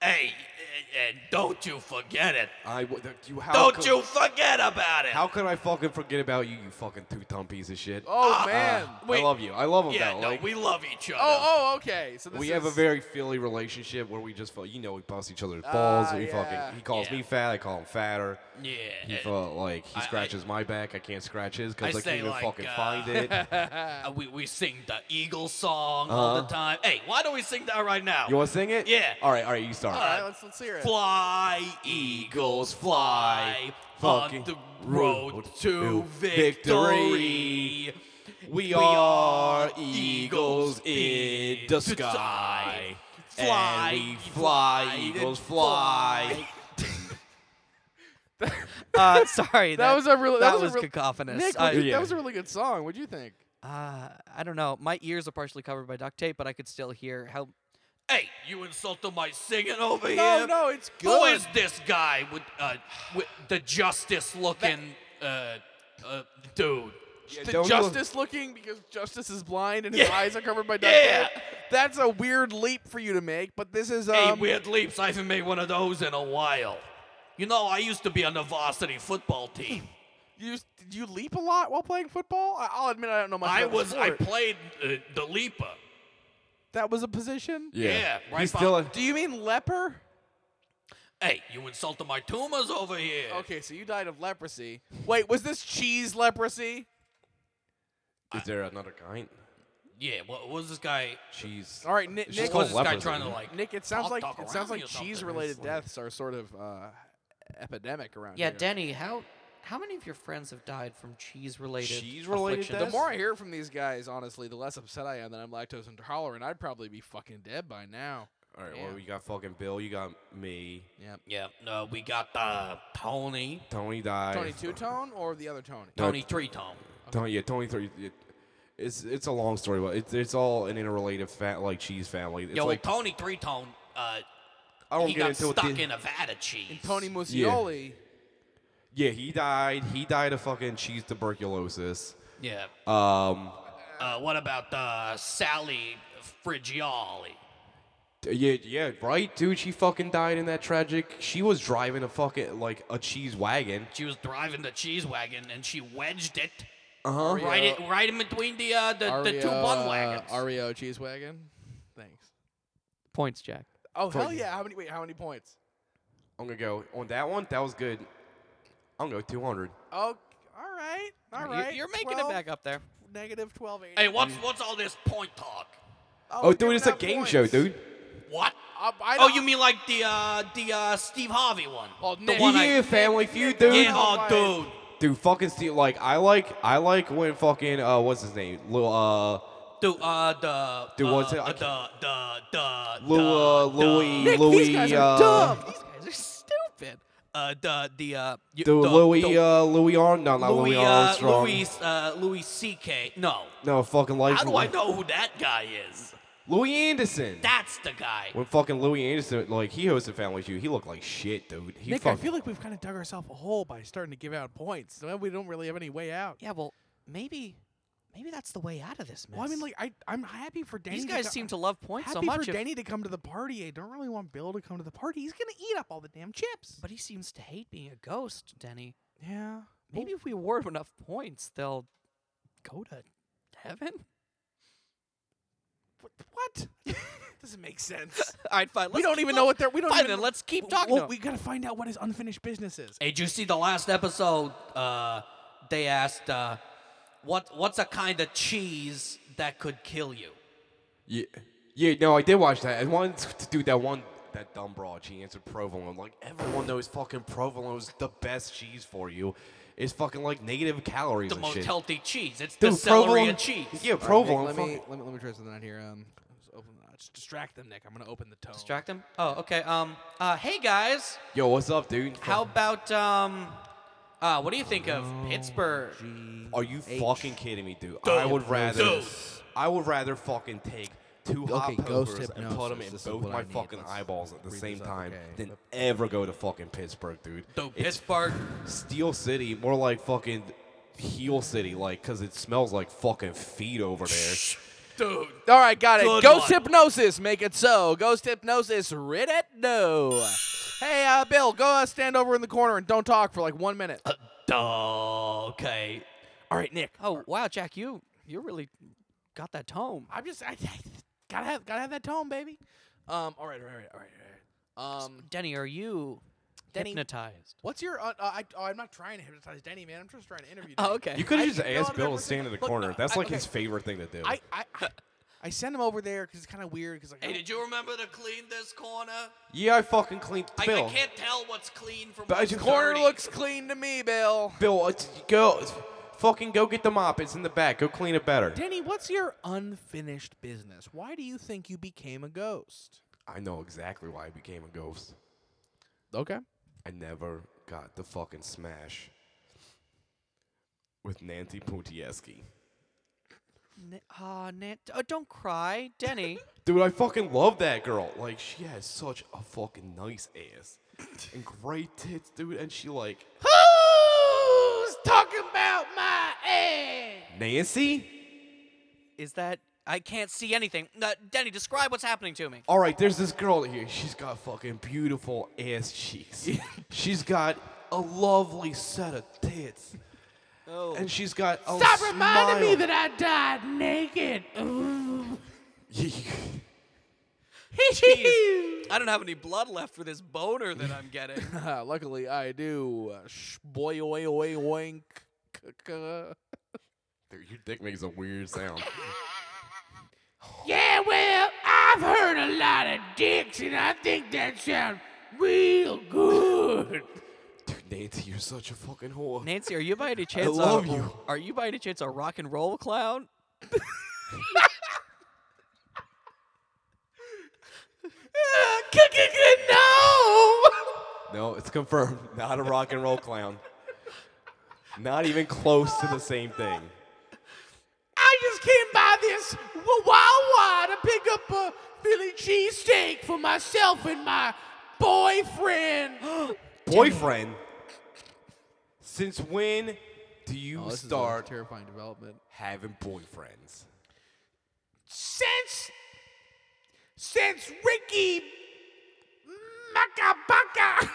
Speaker 3: Hey, and, and don't you forget it.
Speaker 4: [LAUGHS] I w- th- you how
Speaker 3: Don't
Speaker 4: could-
Speaker 3: you forget about it.
Speaker 4: How could I fucking forget about you, you fucking two dumb piece of shit?
Speaker 1: oh
Speaker 3: uh,
Speaker 1: man.
Speaker 4: I
Speaker 3: wait.
Speaker 4: love you. I love him,
Speaker 3: yeah,
Speaker 4: Bill.
Speaker 3: no,
Speaker 4: like,
Speaker 3: we love each other.
Speaker 1: oh. Oh. Okay. So this
Speaker 4: we have a
Speaker 1: is-
Speaker 4: very Philly relationship where we just, fu- you know, we bust each other's balls.
Speaker 1: Ah,
Speaker 4: we
Speaker 1: yeah.
Speaker 4: fucking, he calls
Speaker 3: Yeah.
Speaker 4: me fat. I call him fatter.
Speaker 3: yeah.
Speaker 4: He
Speaker 3: and,
Speaker 4: felt like
Speaker 3: I-
Speaker 4: he
Speaker 3: I-
Speaker 4: scratches my back. I can't scratch his
Speaker 3: I
Speaker 4: because I,
Speaker 3: say,
Speaker 4: can't even
Speaker 3: like,
Speaker 4: fucking
Speaker 3: uh,
Speaker 4: find [LAUGHS] it.
Speaker 3: uh, we, we sing the Eagle song all the
Speaker 4: Uh-huh.
Speaker 3: time. Hey, why don't we sing that right now?
Speaker 4: You want to sing it?
Speaker 3: Yeah.
Speaker 4: All right, all right, you start.
Speaker 1: All right. Let's let's hear it.
Speaker 3: Fly, eagles, fly on
Speaker 4: Fucking
Speaker 3: the road
Speaker 4: road
Speaker 3: to
Speaker 4: to
Speaker 3: victory.
Speaker 4: victory. We are eagles in the sky.
Speaker 3: Fly,
Speaker 4: and we fly, eagles fly.
Speaker 2: Uh, sorry,
Speaker 1: That was a really that,
Speaker 2: was,
Speaker 1: was, a real-
Speaker 2: cacophonous. Uh,
Speaker 1: Nick,
Speaker 2: I,
Speaker 1: what'd you-
Speaker 4: yeah.
Speaker 1: that was a really good song. What do you think?
Speaker 2: uh, I don't know. My ears are partially covered by duct tape, but I could still hear how.
Speaker 3: Hey, you insulted my singing over
Speaker 1: No,
Speaker 3: here.
Speaker 1: no, it's good.
Speaker 3: Who is this guy with uh, with the justice looking uh, uh, dude?
Speaker 1: the
Speaker 4: don't you-
Speaker 1: justice looking because justice is blind and his
Speaker 3: Yeah.
Speaker 1: eyes are covered
Speaker 3: [LAUGHS]
Speaker 1: by duct
Speaker 3: Yeah.
Speaker 1: tape. That's a weird leap for you to make, but this is um,
Speaker 3: hey, weird leaps! I haven't made one of those in a while. You know, I used to be on the varsity
Speaker 1: [LAUGHS]
Speaker 3: football team.
Speaker 1: You s- did you leap a lot while playing football? I- I'll admit I don't know much.
Speaker 3: I
Speaker 1: about the
Speaker 3: was I
Speaker 1: sport.
Speaker 3: played uh, the leaper.
Speaker 1: that was a position.
Speaker 3: Yeah, right
Speaker 4: He's still a,
Speaker 3: behind-
Speaker 1: Do you mean leper?
Speaker 3: Hey, you insulted my tumors over here.
Speaker 1: Okay, so you died of leprosy. Wait, was this cheese leprosy?
Speaker 4: Is there another kind?
Speaker 3: Yeah, what, what was this guy?
Speaker 4: Jeez.
Speaker 1: All right, Nick.
Speaker 4: It's
Speaker 1: Nick,
Speaker 4: just
Speaker 3: What was this
Speaker 4: called
Speaker 3: guy
Speaker 4: leprosy.
Speaker 3: trying to like?
Speaker 1: Nick, it sounds
Speaker 3: talk-
Speaker 1: like
Speaker 3: talk
Speaker 1: it
Speaker 3: around
Speaker 1: sounds
Speaker 3: me
Speaker 1: like
Speaker 3: or something?
Speaker 1: cheese-related deaths are sort of uh, epidemic around
Speaker 2: Yeah,
Speaker 1: here.
Speaker 2: Denny, how how many of your friends have died from cheese related?
Speaker 4: Cheese-related
Speaker 1: The
Speaker 4: deaths?
Speaker 1: more I hear from these guys, honestly, the less upset I am that I'm lactose intolerant. I'd probably be fucking dead by now.
Speaker 4: All right,
Speaker 1: Yeah.
Speaker 4: well, you got fucking Bill, you got me.
Speaker 1: Yeah.
Speaker 3: Yeah, no, we got the Tony,
Speaker 4: Tony died.
Speaker 3: [LAUGHS]
Speaker 1: Tony Two Tone or the other Tony?
Speaker 4: No.
Speaker 3: Tony Three Tone.
Speaker 4: Tony, yeah, Tony three. It, it's it's a long story, but it's it's all an interrelated fat like cheese family. It's
Speaker 3: Yo,
Speaker 4: like
Speaker 3: Tony Three Tone. Uh,
Speaker 4: I don't
Speaker 3: he
Speaker 4: get
Speaker 3: got
Speaker 4: into
Speaker 3: stuck
Speaker 4: it. the-
Speaker 3: in a vat of cheese.
Speaker 1: And Tony Musioli.
Speaker 4: yeah, he died. He died of fucking cheese tuberculosis.
Speaker 3: Yeah.
Speaker 4: Um,
Speaker 3: Uh, what about uh, Sally Frigiali?
Speaker 4: d- yeah, yeah, right, dude. She fucking died in that tragic. She was driving a fucking like a cheese wagon.
Speaker 3: She was driving the cheese wagon and she wedged it
Speaker 4: Uh
Speaker 1: Uh-huh.
Speaker 4: huh.
Speaker 3: right, in, right in between the uh, the, the two bun wagons.
Speaker 1: uh, Ario cheese wagon. Thanks.
Speaker 2: points, Jack?
Speaker 1: Oh hell
Speaker 4: Fuck.
Speaker 1: yeah! How many? Wait, how many points?
Speaker 4: I'm gonna go on that one. That was good. I'm gonna go 200.
Speaker 1: Oh, all right, all
Speaker 2: You-
Speaker 1: right.
Speaker 2: You're making
Speaker 1: 12,
Speaker 2: it back up there.
Speaker 1: Negative twelve eighty.
Speaker 3: hey, what's what's all this point talk?
Speaker 4: Oh,
Speaker 1: we're
Speaker 4: dude, it's a
Speaker 1: giving out
Speaker 4: game show,
Speaker 1: points.
Speaker 4: dude.
Speaker 3: What?
Speaker 1: Uh, I
Speaker 3: Oh,
Speaker 1: don't-
Speaker 3: you mean like the uh, the uh, Steve Harvey one?
Speaker 1: Well,
Speaker 3: the
Speaker 1: Nick-
Speaker 3: one
Speaker 4: yeah,
Speaker 3: I,
Speaker 4: Family Feud,
Speaker 1: yeah,
Speaker 4: dude.
Speaker 3: yeah,
Speaker 1: my-
Speaker 3: oh,
Speaker 4: Dude, fucking Steve. Like, I like, I like when fucking uh, what's his name? Lil uh,
Speaker 3: dude, dude, uh, the
Speaker 4: Dude,
Speaker 3: uh,
Speaker 4: what's it- I
Speaker 3: the, the the
Speaker 4: Lil uh,
Speaker 3: the-
Speaker 4: Louis,
Speaker 1: Nick,
Speaker 4: Louis,
Speaker 1: these guys
Speaker 4: uh,
Speaker 1: are dumb.
Speaker 2: These guys are stupid.
Speaker 3: uh, the the uh, y-
Speaker 4: Dude, Louis,
Speaker 3: the-
Speaker 4: uh, Louis Arm, no, not Louis,
Speaker 3: Louis uh,
Speaker 4: Armstrong.
Speaker 3: Louis uh, Louis C.K. No,
Speaker 4: No, fucking life.
Speaker 3: how do I know who that guy is?
Speaker 4: Louis Anderson.
Speaker 3: That's the guy.
Speaker 4: when fucking Louis Anderson, like he hosted Family Feud, he looked like shit, dude. He
Speaker 1: Nick, I
Speaker 4: fucking,
Speaker 1: feel like we've kind of dug ourselves a hole by starting to give out points. So We don't really have any way out.
Speaker 2: Yeah, well, maybe maybe that's the way out of this mess.
Speaker 1: Well, I mean, like I, I'm happy for Danny.
Speaker 2: these
Speaker 1: to
Speaker 2: guys
Speaker 1: co-
Speaker 2: seem to love points
Speaker 1: happy
Speaker 2: so much.
Speaker 1: for
Speaker 2: if-
Speaker 1: Danny to come to the party. I don't really want Bill to come to the party. He's gonna eat up all the damn chips.
Speaker 2: But he seems to hate being a ghost, Denny.
Speaker 1: yeah.
Speaker 2: Maybe if we award him enough points, they'll go to heaven. [LAUGHS]
Speaker 1: Wh- What? [LAUGHS] Doesn't make sense.
Speaker 2: All right, fine.
Speaker 1: [LAUGHS] we
Speaker 2: let's
Speaker 1: don't
Speaker 2: keep
Speaker 1: even
Speaker 2: go-
Speaker 1: know what they're. We don't
Speaker 2: Fine,
Speaker 1: even.
Speaker 2: then let's keep
Speaker 1: w-
Speaker 2: talking.
Speaker 1: Well,
Speaker 2: to
Speaker 1: we
Speaker 2: him.
Speaker 1: gotta find out what his unfinished business is.
Speaker 3: Hey, did you see the last episode? Uh, they asked, uh, "What what's a kind of cheese that could kill you?"
Speaker 4: yeah, yeah, no, I did watch that. And one, dude, that one, that dumb broad, she answered provolone. Like everyone knows, fucking provolone is the best cheese for you. It's fucking like negative calories
Speaker 3: The
Speaker 4: and
Speaker 3: most
Speaker 4: shit.
Speaker 3: healthy cheese. It's the
Speaker 4: Dude,
Speaker 3: celery
Speaker 4: provolone
Speaker 3: and cheese.
Speaker 4: Yeah, provolone.
Speaker 1: let, me,
Speaker 4: fucking-
Speaker 1: let me let me try something out here. Um, open the notch. Distract them, Nick. I'm gonna open the tone.
Speaker 3: Distract him. Oh, okay. Um. Uh. Hey guys,
Speaker 4: Yo, what's up, dude?
Speaker 3: how about um? Uh. What do you think of Pittsburgh?
Speaker 4: Are you fucking kidding me, dude? I would rather. I would rather fucking take two hot
Speaker 1: Okay, ghost
Speaker 4: pokers and
Speaker 1: hypnosis.
Speaker 4: put them in
Speaker 1: This is
Speaker 4: both
Speaker 1: what I
Speaker 4: my
Speaker 1: need.
Speaker 4: fucking
Speaker 1: Let's
Speaker 4: eyeballs at the
Speaker 1: read
Speaker 4: same
Speaker 1: this up.
Speaker 4: time
Speaker 1: Okay.
Speaker 4: than ever go to fucking Pittsburgh, dude.
Speaker 3: Dude,
Speaker 4: It's
Speaker 3: Pittsburgh.
Speaker 4: Steel City, more like fucking Heel City, like because it smells like fucking feet over there.
Speaker 3: Dude.
Speaker 1: All right, got it.
Speaker 3: Good
Speaker 1: Ghost
Speaker 3: one.
Speaker 1: hypnosis, make it so. Ghost hypnosis, rid it no. Hey, uh, Bill, go uh, stand over in the corner and don't talk for like one minute.
Speaker 3: Uh. Duh. Okay.
Speaker 7: All right, Nick.
Speaker 2: Oh wow, Jack, you you really got that tone.
Speaker 1: I'm just, I, I- gotta have, gotta have that tone, baby. Um, all right, all right, all right, all right. Um,
Speaker 2: Denny, are you
Speaker 1: Denny-
Speaker 2: hypnotized?
Speaker 1: what's your? Uh, uh, I, oh, I'm not trying to hypnotize Denny, man. I'm just trying to interview. Denny.
Speaker 2: Oh, okay.
Speaker 4: You could
Speaker 1: I
Speaker 4: have just
Speaker 1: can go
Speaker 4: asked
Speaker 1: to
Speaker 4: Bill
Speaker 1: every
Speaker 4: to stand in
Speaker 1: single-
Speaker 4: the
Speaker 1: Look,
Speaker 4: corner.
Speaker 1: no,
Speaker 4: That's
Speaker 1: I-
Speaker 4: like
Speaker 1: okay.
Speaker 4: his favorite thing to do.
Speaker 1: I, I, I, I sent him over there because it's kind of weird. Because like, I
Speaker 3: Hey,
Speaker 1: don't-
Speaker 3: did you remember to clean this corner?
Speaker 4: yeah, I fucking cleaned
Speaker 3: I, I
Speaker 4: Bill.
Speaker 3: can't tell what's clean from
Speaker 4: But
Speaker 3: what's
Speaker 4: the
Speaker 1: corner
Speaker 3: dirty.
Speaker 1: looks clean to me, Bill.
Speaker 4: Bill, it's, go, fucking go get the mop. It's in the back. Go clean it better.
Speaker 1: Denny, what's your unfinished business? Why do you think you became a ghost?
Speaker 4: I know exactly why I became a ghost.
Speaker 1: Okay.
Speaker 4: I never got the fucking smash with Nancy Puntieski.
Speaker 2: N- Ah, Nan- oh, don't cry, Denny.
Speaker 4: Dude, I fucking love that girl. Like, she has such a fucking nice ass and great tits, dude. And she like,
Speaker 7: Who's talking about my ass?
Speaker 4: Nancy.
Speaker 2: Is that I can't see anything. Uh, Denny, describe what's happening to me.
Speaker 4: All right, there's this girl here. She's got fucking beautiful ass cheeks. she's got a lovely set of tits.
Speaker 2: Oh.
Speaker 4: And she's got a
Speaker 7: Stop reminding me
Speaker 4: smile.
Speaker 7: that I died
Speaker 4: [LAUGHS]
Speaker 7: naked. Ooh.
Speaker 2: Jeez. I don't have any blood left for this boner that I'm getting.
Speaker 1: Luckily, I do. Boy, oi, oi, wink.
Speaker 4: Dude, your dick makes a weird sound.
Speaker 7: [LAUGHS] Yeah, well, I've heard a lot of dicks, and I think that sounds real good.
Speaker 4: Dude, Nancy, you're such a fucking whore.
Speaker 2: Nancy, are you by any chance?
Speaker 4: love
Speaker 2: a,
Speaker 4: you.
Speaker 2: Are you by any chance a rock and roll clown?
Speaker 4: No, it's confirmed. [LAUGHS] Not a rock and roll clown. Not even close to the same thing.
Speaker 7: I just came by this Wawa to pick up a Philly cheesesteak for myself and my boyfriend.
Speaker 4: [GASPS] Boyfriend. Since when do you
Speaker 1: Oh, this
Speaker 4: start
Speaker 1: is a terrifying development.
Speaker 4: having boyfriends?
Speaker 7: since since Ricky Macabaca,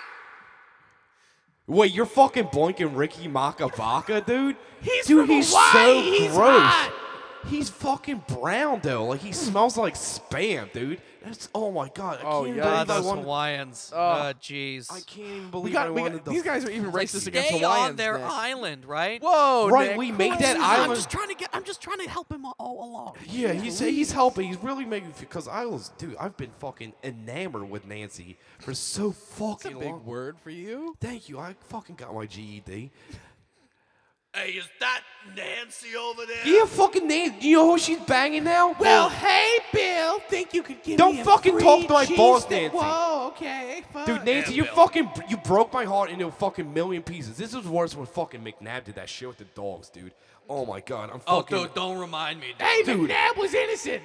Speaker 4: Wait, you're fucking blanking Ricky Makabaka, dude?
Speaker 7: He's
Speaker 4: dude,
Speaker 7: from
Speaker 4: he's so
Speaker 7: Hawaii. He's
Speaker 4: gross.
Speaker 7: hot.
Speaker 4: He's fucking brown though. Like he smells like spam, dude. That's oh my god. I
Speaker 1: Oh,
Speaker 4: can't
Speaker 1: yeah,
Speaker 4: believe
Speaker 1: he
Speaker 4: I
Speaker 1: does
Speaker 4: won-
Speaker 2: Hawaiians. Uh,
Speaker 1: Oh.
Speaker 2: jeez.
Speaker 4: I can't even
Speaker 1: We
Speaker 4: believe I
Speaker 1: got, we
Speaker 4: wanted
Speaker 1: got,
Speaker 4: the
Speaker 1: these guys are even racist against
Speaker 2: Stay
Speaker 1: Hawaiians.
Speaker 2: on their
Speaker 1: Nick.
Speaker 2: island, right?
Speaker 1: Whoa,
Speaker 4: Right,
Speaker 1: Nick.
Speaker 4: we make that
Speaker 2: I'm
Speaker 4: island.
Speaker 2: just trying to get. I'm just trying to help him all, all along.
Speaker 4: Yeah, he's he's helping. He's really making because I was dude. I've been fucking enamored with Nancy for so
Speaker 1: That's
Speaker 4: fucking
Speaker 1: a big
Speaker 4: long.
Speaker 1: word for you.
Speaker 4: Thank you. I fucking got my E GED.
Speaker 3: Hey, is that Nancy over there?
Speaker 4: Yeah, fucking Nancy. Do you know who she's banging now?
Speaker 7: Well, hey, Bill, think you could give
Speaker 4: Don't
Speaker 7: me a
Speaker 4: fucking
Speaker 7: free
Speaker 4: talk to my boss,
Speaker 7: cheesesteak?
Speaker 4: Nancy.
Speaker 7: Whoa, okay, fuck.
Speaker 4: Dude, Nancy, you fucking you broke my heart into a fucking million pieces. This was worse when fucking McNabb did that shit with the dogs, dude. Oh my god, I'm
Speaker 3: Oh,
Speaker 4: fucking.
Speaker 3: dude, don't remind me.
Speaker 7: hey,
Speaker 4: dude.
Speaker 7: McNabb was innocent.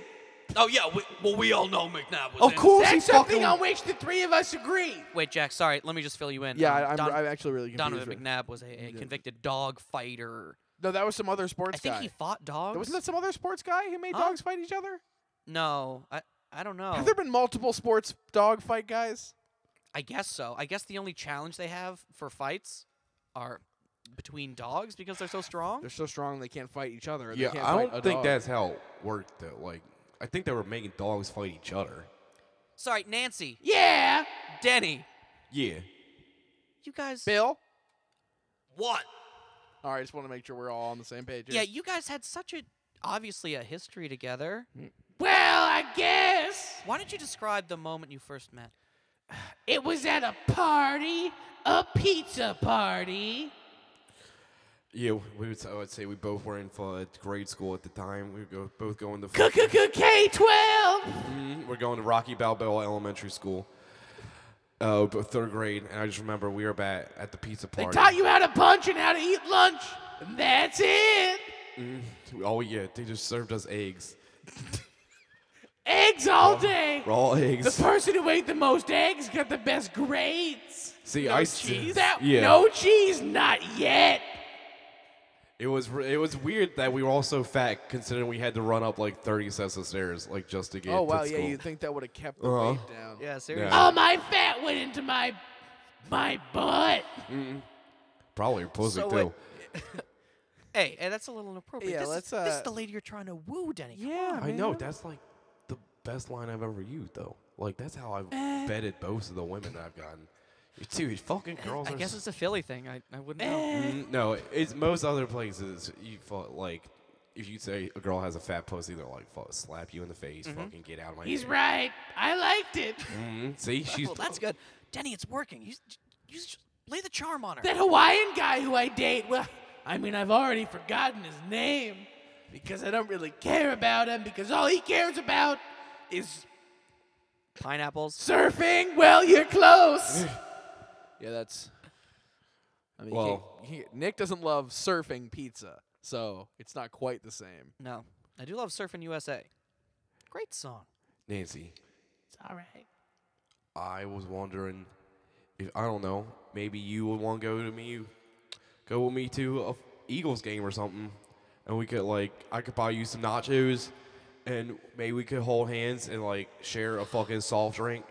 Speaker 3: Oh, yeah. We, well, we all know McNabb was
Speaker 4: of
Speaker 3: in.
Speaker 4: course, he
Speaker 7: That's something
Speaker 4: fucking.
Speaker 7: on which the three of us agree.
Speaker 2: Wait, Jack. Sorry. Let me just fill you in.
Speaker 1: Yeah,
Speaker 2: Um,
Speaker 1: I, I'm,
Speaker 2: Don-
Speaker 1: I'm actually really confused.
Speaker 2: Donovan
Speaker 1: right-
Speaker 2: McNabb was a, a convicted dog fighter.
Speaker 1: No, that was some other sports
Speaker 2: I think
Speaker 1: guy.
Speaker 2: he fought dogs.
Speaker 1: Wasn't that some other sports guy who made
Speaker 2: Huh? Oh.
Speaker 1: dogs fight each other?
Speaker 2: No, I I don't know.
Speaker 1: Have there been multiple sports dog fight guys?
Speaker 2: I guess so. I guess the only challenge they have for fights are between dogs because they're so strong.
Speaker 1: They're so strong they can't fight each other. or they
Speaker 4: Yeah,
Speaker 1: can't
Speaker 4: I
Speaker 1: fight a
Speaker 4: don't think
Speaker 1: dog.
Speaker 4: that's how it worked though. Like, I think they were making dogs fight each other.
Speaker 2: Sorry, Nancy,
Speaker 7: Yeah,
Speaker 2: Denny,
Speaker 4: Yeah.
Speaker 2: you guys.
Speaker 1: Bill.
Speaker 3: What?
Speaker 1: All right, I just want to make sure we're all on the same page. here.
Speaker 2: Yeah, you guys had such a obviously a history together.
Speaker 7: well, I guess.
Speaker 2: Why don't you describe the moment you first met?
Speaker 7: It was at a party, a pizza party.
Speaker 4: Yeah, we would. I would say we both were in for grade school at the time. We were go, both going to.
Speaker 7: K-12.
Speaker 4: Mhm, We're going to Rocky Balboa Elementary School. Uh, b- third grade, and I just remember we were at at the pizza
Speaker 7: They
Speaker 4: party.
Speaker 7: taught you how to punch and how to eat lunch. And that's it.
Speaker 4: Oh yeah, they just served us eggs.
Speaker 7: Eggs all day.
Speaker 4: Raw
Speaker 7: The
Speaker 4: eggs.
Speaker 7: person who ate the most eggs got the best grades.
Speaker 4: See,
Speaker 7: no
Speaker 4: I s-
Speaker 7: cheese. That,
Speaker 4: yeah.
Speaker 7: No cheese, not yet.
Speaker 4: It was re- it was weird that we were all so fat, considering we had to run up like 30 sets of stairs, like just to get.
Speaker 1: Oh
Speaker 4: to
Speaker 1: wow, yeah,
Speaker 4: school.
Speaker 1: you'd think that would have kept the
Speaker 4: Uh-huh.
Speaker 1: weight down.
Speaker 2: Yeah, seriously.
Speaker 4: Yeah,
Speaker 7: All Oh, my fat went into my my butt.
Speaker 4: probably your pussy
Speaker 2: So
Speaker 4: too.
Speaker 2: what- Hey, hey, that's a little inappropriate.
Speaker 1: Yeah,
Speaker 2: this,
Speaker 1: let's,
Speaker 2: is, this
Speaker 1: uh,
Speaker 2: is the lady you're trying to woo, Denny.
Speaker 1: Yeah,
Speaker 4: I know that's like the best line I've ever used, though. Like that's how I've vetted most of the women I've gotten. Dude, fucking girls
Speaker 8: I
Speaker 4: are
Speaker 8: guess
Speaker 4: s-
Speaker 8: it's a Philly thing. I, I wouldn't know.
Speaker 4: Mm, no, it's most other places. You fuck, like if you say a girl has a fat pussy, they're like fuck, slap you in the face, fucking get out of my.
Speaker 7: He's
Speaker 4: ear.
Speaker 7: right. I liked it.
Speaker 4: Mm, See, she's
Speaker 2: Well, that's good. Denny, it's working. You, s- you s- lay the charm on her.
Speaker 7: That Hawaiian guy who I date, well, I mean, I've already forgotten his name because I don't really care about him because all he cares about is
Speaker 2: Pineapples.
Speaker 7: surfing. Well, you're close.
Speaker 1: Yeah, that's. I mean,
Speaker 4: Well-
Speaker 1: he, he, Nick doesn't love surfing pizza, so it's not quite the same.
Speaker 2: No, I do love Surfing USA. Great song.
Speaker 4: Nancy.
Speaker 7: it's all right.
Speaker 4: I was wondering if I don't know, maybe you would want to go to me, go with me to a Eagles game or something, and we could like I could buy you some nachos, and maybe we could hold hands and like share a fucking soft drink.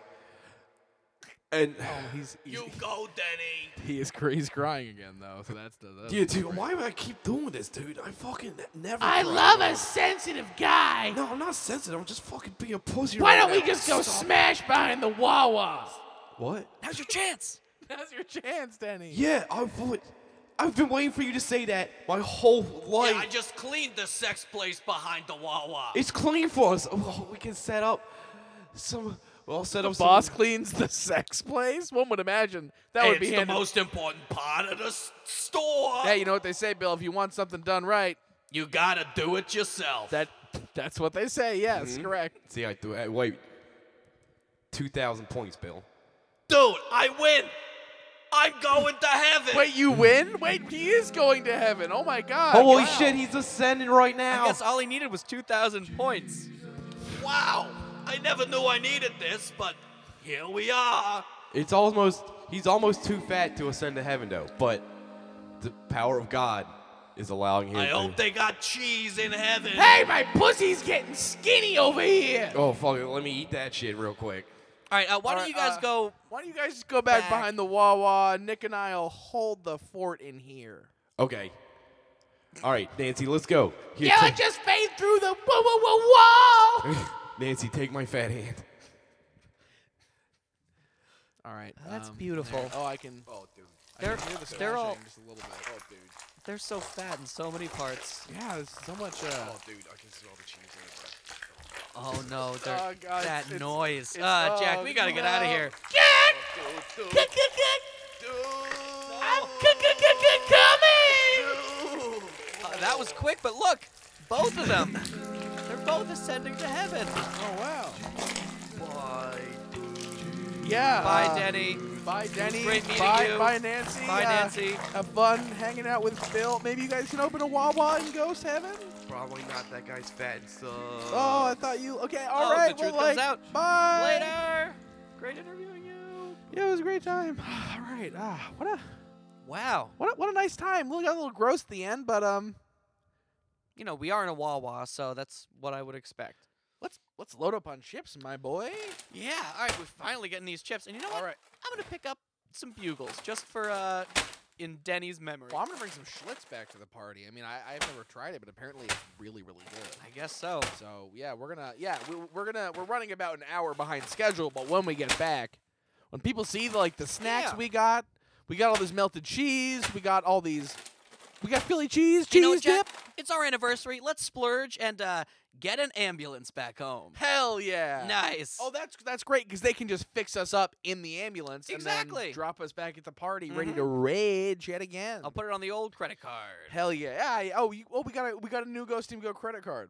Speaker 4: And
Speaker 7: Oh [LAUGHS]
Speaker 1: He's, he's
Speaker 3: [LAUGHS] You go, Denny.
Speaker 1: he is cr- he's crying again though, so that's the. That's
Speaker 4: yeah, dude, why would I keep doing this, dude? I fucking never.
Speaker 7: I
Speaker 4: cry.
Speaker 7: love a sensitive guy.
Speaker 4: No, I'm not sensitive. I'm just fucking being a pussy.
Speaker 7: Why
Speaker 4: right
Speaker 7: don't we
Speaker 4: now.
Speaker 7: just go
Speaker 4: Stop.
Speaker 7: smash behind the Wawas?
Speaker 4: What?
Speaker 2: Now's your chance.
Speaker 1: [LAUGHS] Now's your chance, Denny.
Speaker 4: Yeah, I would. I've been waiting for you to say that my whole life.
Speaker 3: Yeah, I just cleaned the sex place behind the Wawa.
Speaker 4: It's clean for us. Oh, we can set up some. Well, set up
Speaker 1: Boss
Speaker 4: some.
Speaker 1: cleans the sex place. One would imagine that
Speaker 3: Hey,
Speaker 1: would
Speaker 3: it's
Speaker 1: be
Speaker 3: the
Speaker 1: handed.
Speaker 3: most important part of the s- store.
Speaker 1: hey, you know what they say, Bill? If you want something done right,
Speaker 3: you gotta do it yourself.
Speaker 1: that that's what they say. Yes,
Speaker 4: Mm-hmm.
Speaker 1: correct.
Speaker 4: See, I do. Wait, two thousand points, Bill.
Speaker 3: Dude, I win. I'm going to heaven.
Speaker 1: Wait, you win? Wait, he is going to heaven. Oh my God.
Speaker 3: Uh,
Speaker 4: Holy
Speaker 1: wow.
Speaker 4: shit, he's ascending right
Speaker 8: I
Speaker 1: Oh.
Speaker 4: now.
Speaker 8: guess all he needed was 2,000 points.
Speaker 3: Wow. I never knew I needed this, but here we are.
Speaker 4: It's almost. He's almost too fat to ascend to heaven, though. But the power of God is allowing him.
Speaker 3: I
Speaker 4: to-
Speaker 3: hope they got cheese in heaven.
Speaker 7: Hey, my pussy's getting skinny over here.
Speaker 4: Oh fuck! it, Let me eat that shit real quick.
Speaker 2: All right, uh, why
Speaker 1: All
Speaker 2: don't you guys
Speaker 1: right, uh,
Speaker 2: go?
Speaker 1: Why don't you guys just go back,
Speaker 2: Back.
Speaker 1: behind the Wawa? Nick and I'll hold the fort in here.
Speaker 4: Okay. All right, Nancy, let's go. Here,
Speaker 7: Yeah, I
Speaker 4: take-
Speaker 7: just fade through the whoa, whoa, whoa, whoa.
Speaker 4: [LAUGHS] Nancy, take my fat hand.
Speaker 1: All right.
Speaker 2: That's
Speaker 1: um,
Speaker 2: beautiful.
Speaker 1: Oh, I can.
Speaker 2: They're, they're all
Speaker 1: just a little bit. Oh, dude.
Speaker 2: they're so fat in so many parts.
Speaker 1: Yeah, there's so much. Uh,
Speaker 2: Oh no, they're,
Speaker 1: Oh, God,
Speaker 2: that
Speaker 1: it's-
Speaker 2: noise.
Speaker 1: it's-
Speaker 2: Ah, Jack,
Speaker 1: oh,
Speaker 2: we gotta get out of
Speaker 1: no.
Speaker 2: here.
Speaker 7: Kick, kick, kick. I'm kick, kick, kick, kick, coming.
Speaker 2: Uh, that was quick, but look, both of them. They're both ascending to heaven.
Speaker 1: oh wow. Yeah.
Speaker 2: Bye,
Speaker 1: uh,
Speaker 2: Denny.
Speaker 1: Bye, Denny.
Speaker 2: great meeting
Speaker 1: bye,
Speaker 2: you.
Speaker 1: bye, Nancy.
Speaker 2: Bye,
Speaker 1: Uh,
Speaker 2: Nancy.
Speaker 1: Have fun hanging out with Bill. Maybe you guys can open a Wawa in Ghost Heaven.
Speaker 4: Probably not. That guy's fat and sucks.
Speaker 1: Oh, I thought you. Okay, all
Speaker 2: Oh, the
Speaker 1: right.
Speaker 2: truth
Speaker 1: well,
Speaker 2: comes
Speaker 1: like,
Speaker 2: out.
Speaker 1: Bye.
Speaker 2: Later. Great interviewing you.
Speaker 1: Yeah, it was a great time. [SIGHS] All right. Ah, what a
Speaker 2: Wow.
Speaker 1: what a, what a nice time. We got a little gross at the end, but um,
Speaker 2: You know, we are in a Wawa, so that's what I would expect.
Speaker 1: let's let's load up on chips, my boy.
Speaker 2: Yeah, all right, we're finally getting these chips. And you know what?
Speaker 1: All right.
Speaker 2: I'm going to pick up some bugles just for uh in Denny's memory.
Speaker 1: Well, I'm gonna bring some Schlitz back to the party. I mean, I, I've never tried it, but apparently it's really, really
Speaker 2: I
Speaker 1: good.
Speaker 2: guess so.
Speaker 1: So yeah, we're gonna yeah we, we're gonna we're running about an hour behind schedule, but when we get back, when people see like the snacks
Speaker 2: Yeah.
Speaker 1: we got, we got all this melted cheese, we got all these We got Philly cheese, cheese
Speaker 2: you know what, Jack?
Speaker 1: dip.
Speaker 2: It's our anniversary. Let's splurge and uh, get an ambulance back home.
Speaker 1: Hell yeah.
Speaker 2: Nice.
Speaker 1: Oh, that's that's great because they can just fix us up in the ambulance and
Speaker 2: Exactly. Mm-hmm.
Speaker 1: then drop us back at the party, ready to rage yet again.
Speaker 2: I'll put it on the old credit card.
Speaker 1: Hell yeah! yeah I- oh, you, oh, we got a we got a new Ghost Team Go credit card.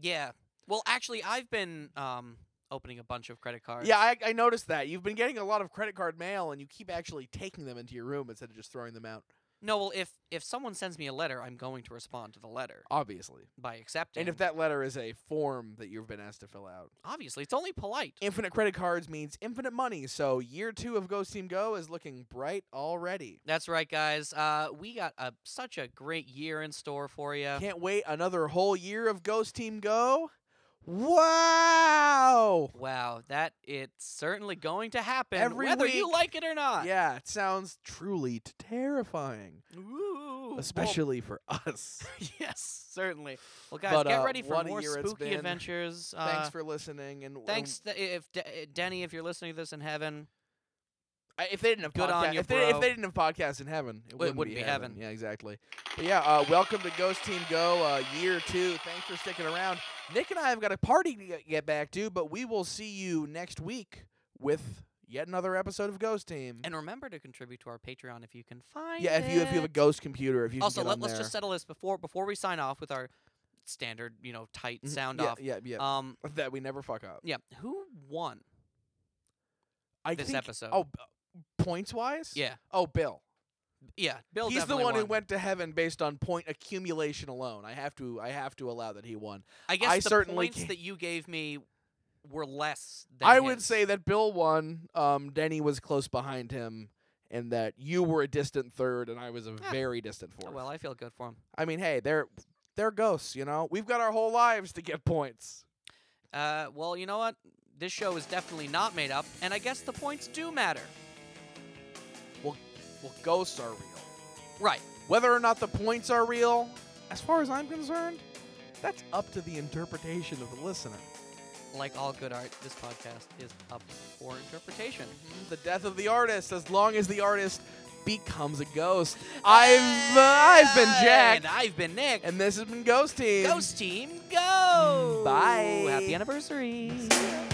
Speaker 2: Yeah. Well, actually, I've been um, opening a bunch of credit cards.
Speaker 1: Yeah, I, I noticed that you've been getting a lot of credit card mail, and you keep actually taking them into your room instead of just throwing them out.
Speaker 2: No, well, if if someone sends me a letter, I'm going to respond to the letter
Speaker 1: Obviously,
Speaker 2: by accepting.
Speaker 1: and if that letter is a form that you've been asked to fill out,
Speaker 2: obviously, it's only polite.
Speaker 1: infinite credit cards means infinite money. So year two of Ghost Team Go is looking bright already.
Speaker 2: That's right, guys. Uh, we got a, such a great year in store for you.
Speaker 1: Can't wait another whole year of Ghost Team Go. Wow!
Speaker 2: Wow, that it's certainly going to happen,
Speaker 1: Every
Speaker 2: whether you
Speaker 1: week-
Speaker 2: like it or not.
Speaker 1: Yeah, it sounds truly t- terrifying,
Speaker 2: Ooh, well,
Speaker 1: especially for us.
Speaker 2: [LAUGHS] yes, certainly. Well, guys,
Speaker 1: But,
Speaker 2: get
Speaker 1: uh,
Speaker 2: ready for
Speaker 1: what a
Speaker 2: more
Speaker 1: year it's
Speaker 2: spooky
Speaker 1: been. [LAUGHS]
Speaker 2: adventures.
Speaker 1: thanks
Speaker 2: Uh,
Speaker 1: for um listening, and and
Speaker 2: thanks, th- if De- uh, Denny, if you're listening to this in heaven.
Speaker 1: Mm-hmm. I- if they didn't have
Speaker 2: Good on
Speaker 1: podca-
Speaker 2: you,
Speaker 1: if, they, if
Speaker 2: bro.
Speaker 1: they didn't have podcasts in heaven, it, wouldn't,
Speaker 2: wouldn't
Speaker 1: be,
Speaker 2: be
Speaker 1: heaven.
Speaker 2: heaven.
Speaker 1: Yeah, exactly. But yeah, uh, welcome to Ghost Team Go uh, year two. Thanks for sticking around. Nick and I have got a party to get- get back to, but we will see you next week with yet another episode of Ghost Team.
Speaker 2: And remember to contribute to our Patreon if you can find
Speaker 1: yeah, if you if you have a
Speaker 2: it.
Speaker 1: ghost computer, if you can
Speaker 2: also,
Speaker 1: get
Speaker 2: let,
Speaker 1: on
Speaker 2: us
Speaker 1: there.
Speaker 2: just settle this before before we sign off with our standard, you know, tight
Speaker 1: Mhm,
Speaker 2: sound
Speaker 1: yeah,
Speaker 2: off.
Speaker 1: Yeah, yeah,
Speaker 2: Um,
Speaker 1: that we never fuck up.
Speaker 2: yeah. Who won?
Speaker 1: I
Speaker 2: this
Speaker 1: think,
Speaker 2: episode.
Speaker 1: Oh, points wise.
Speaker 2: Yeah,
Speaker 1: Oh, Bill.
Speaker 2: yeah. Bill.
Speaker 1: He's the
Speaker 2: definitely
Speaker 1: one who
Speaker 2: won.
Speaker 1: went to heaven based on point accumulation alone. I have to I have to allow that he won.
Speaker 2: I guess
Speaker 1: I
Speaker 2: the
Speaker 1: certainly
Speaker 2: points
Speaker 1: can't-
Speaker 2: that you gave me were less than
Speaker 1: I would
Speaker 2: his.
Speaker 1: say that Bill won. Um, Denny was close behind him, and that you were a distant third, and I was a very distant
Speaker 2: Oh,
Speaker 1: fourth.
Speaker 2: Well, I feel good for him.
Speaker 1: I mean, hey, they're they're ghosts, you know. We've got our whole lives to get points.
Speaker 2: Uh, well, you know what? This show is definitely not made up, and I guess the points do matter.
Speaker 1: Well, well, ghosts are real.
Speaker 2: Right.
Speaker 1: Whether or not the points are real, as far as I'm concerned, that's up to the interpretation of the listener.
Speaker 2: Like all good art, this podcast is up for interpretation.
Speaker 1: The death of the artist, as long as the artist becomes a ghost. I've uh, I've been Jack,
Speaker 2: And I've been Nick.
Speaker 1: and this has been Ghost Team.
Speaker 2: Ghost Team, go!
Speaker 1: Bye.
Speaker 2: Happy anniversary.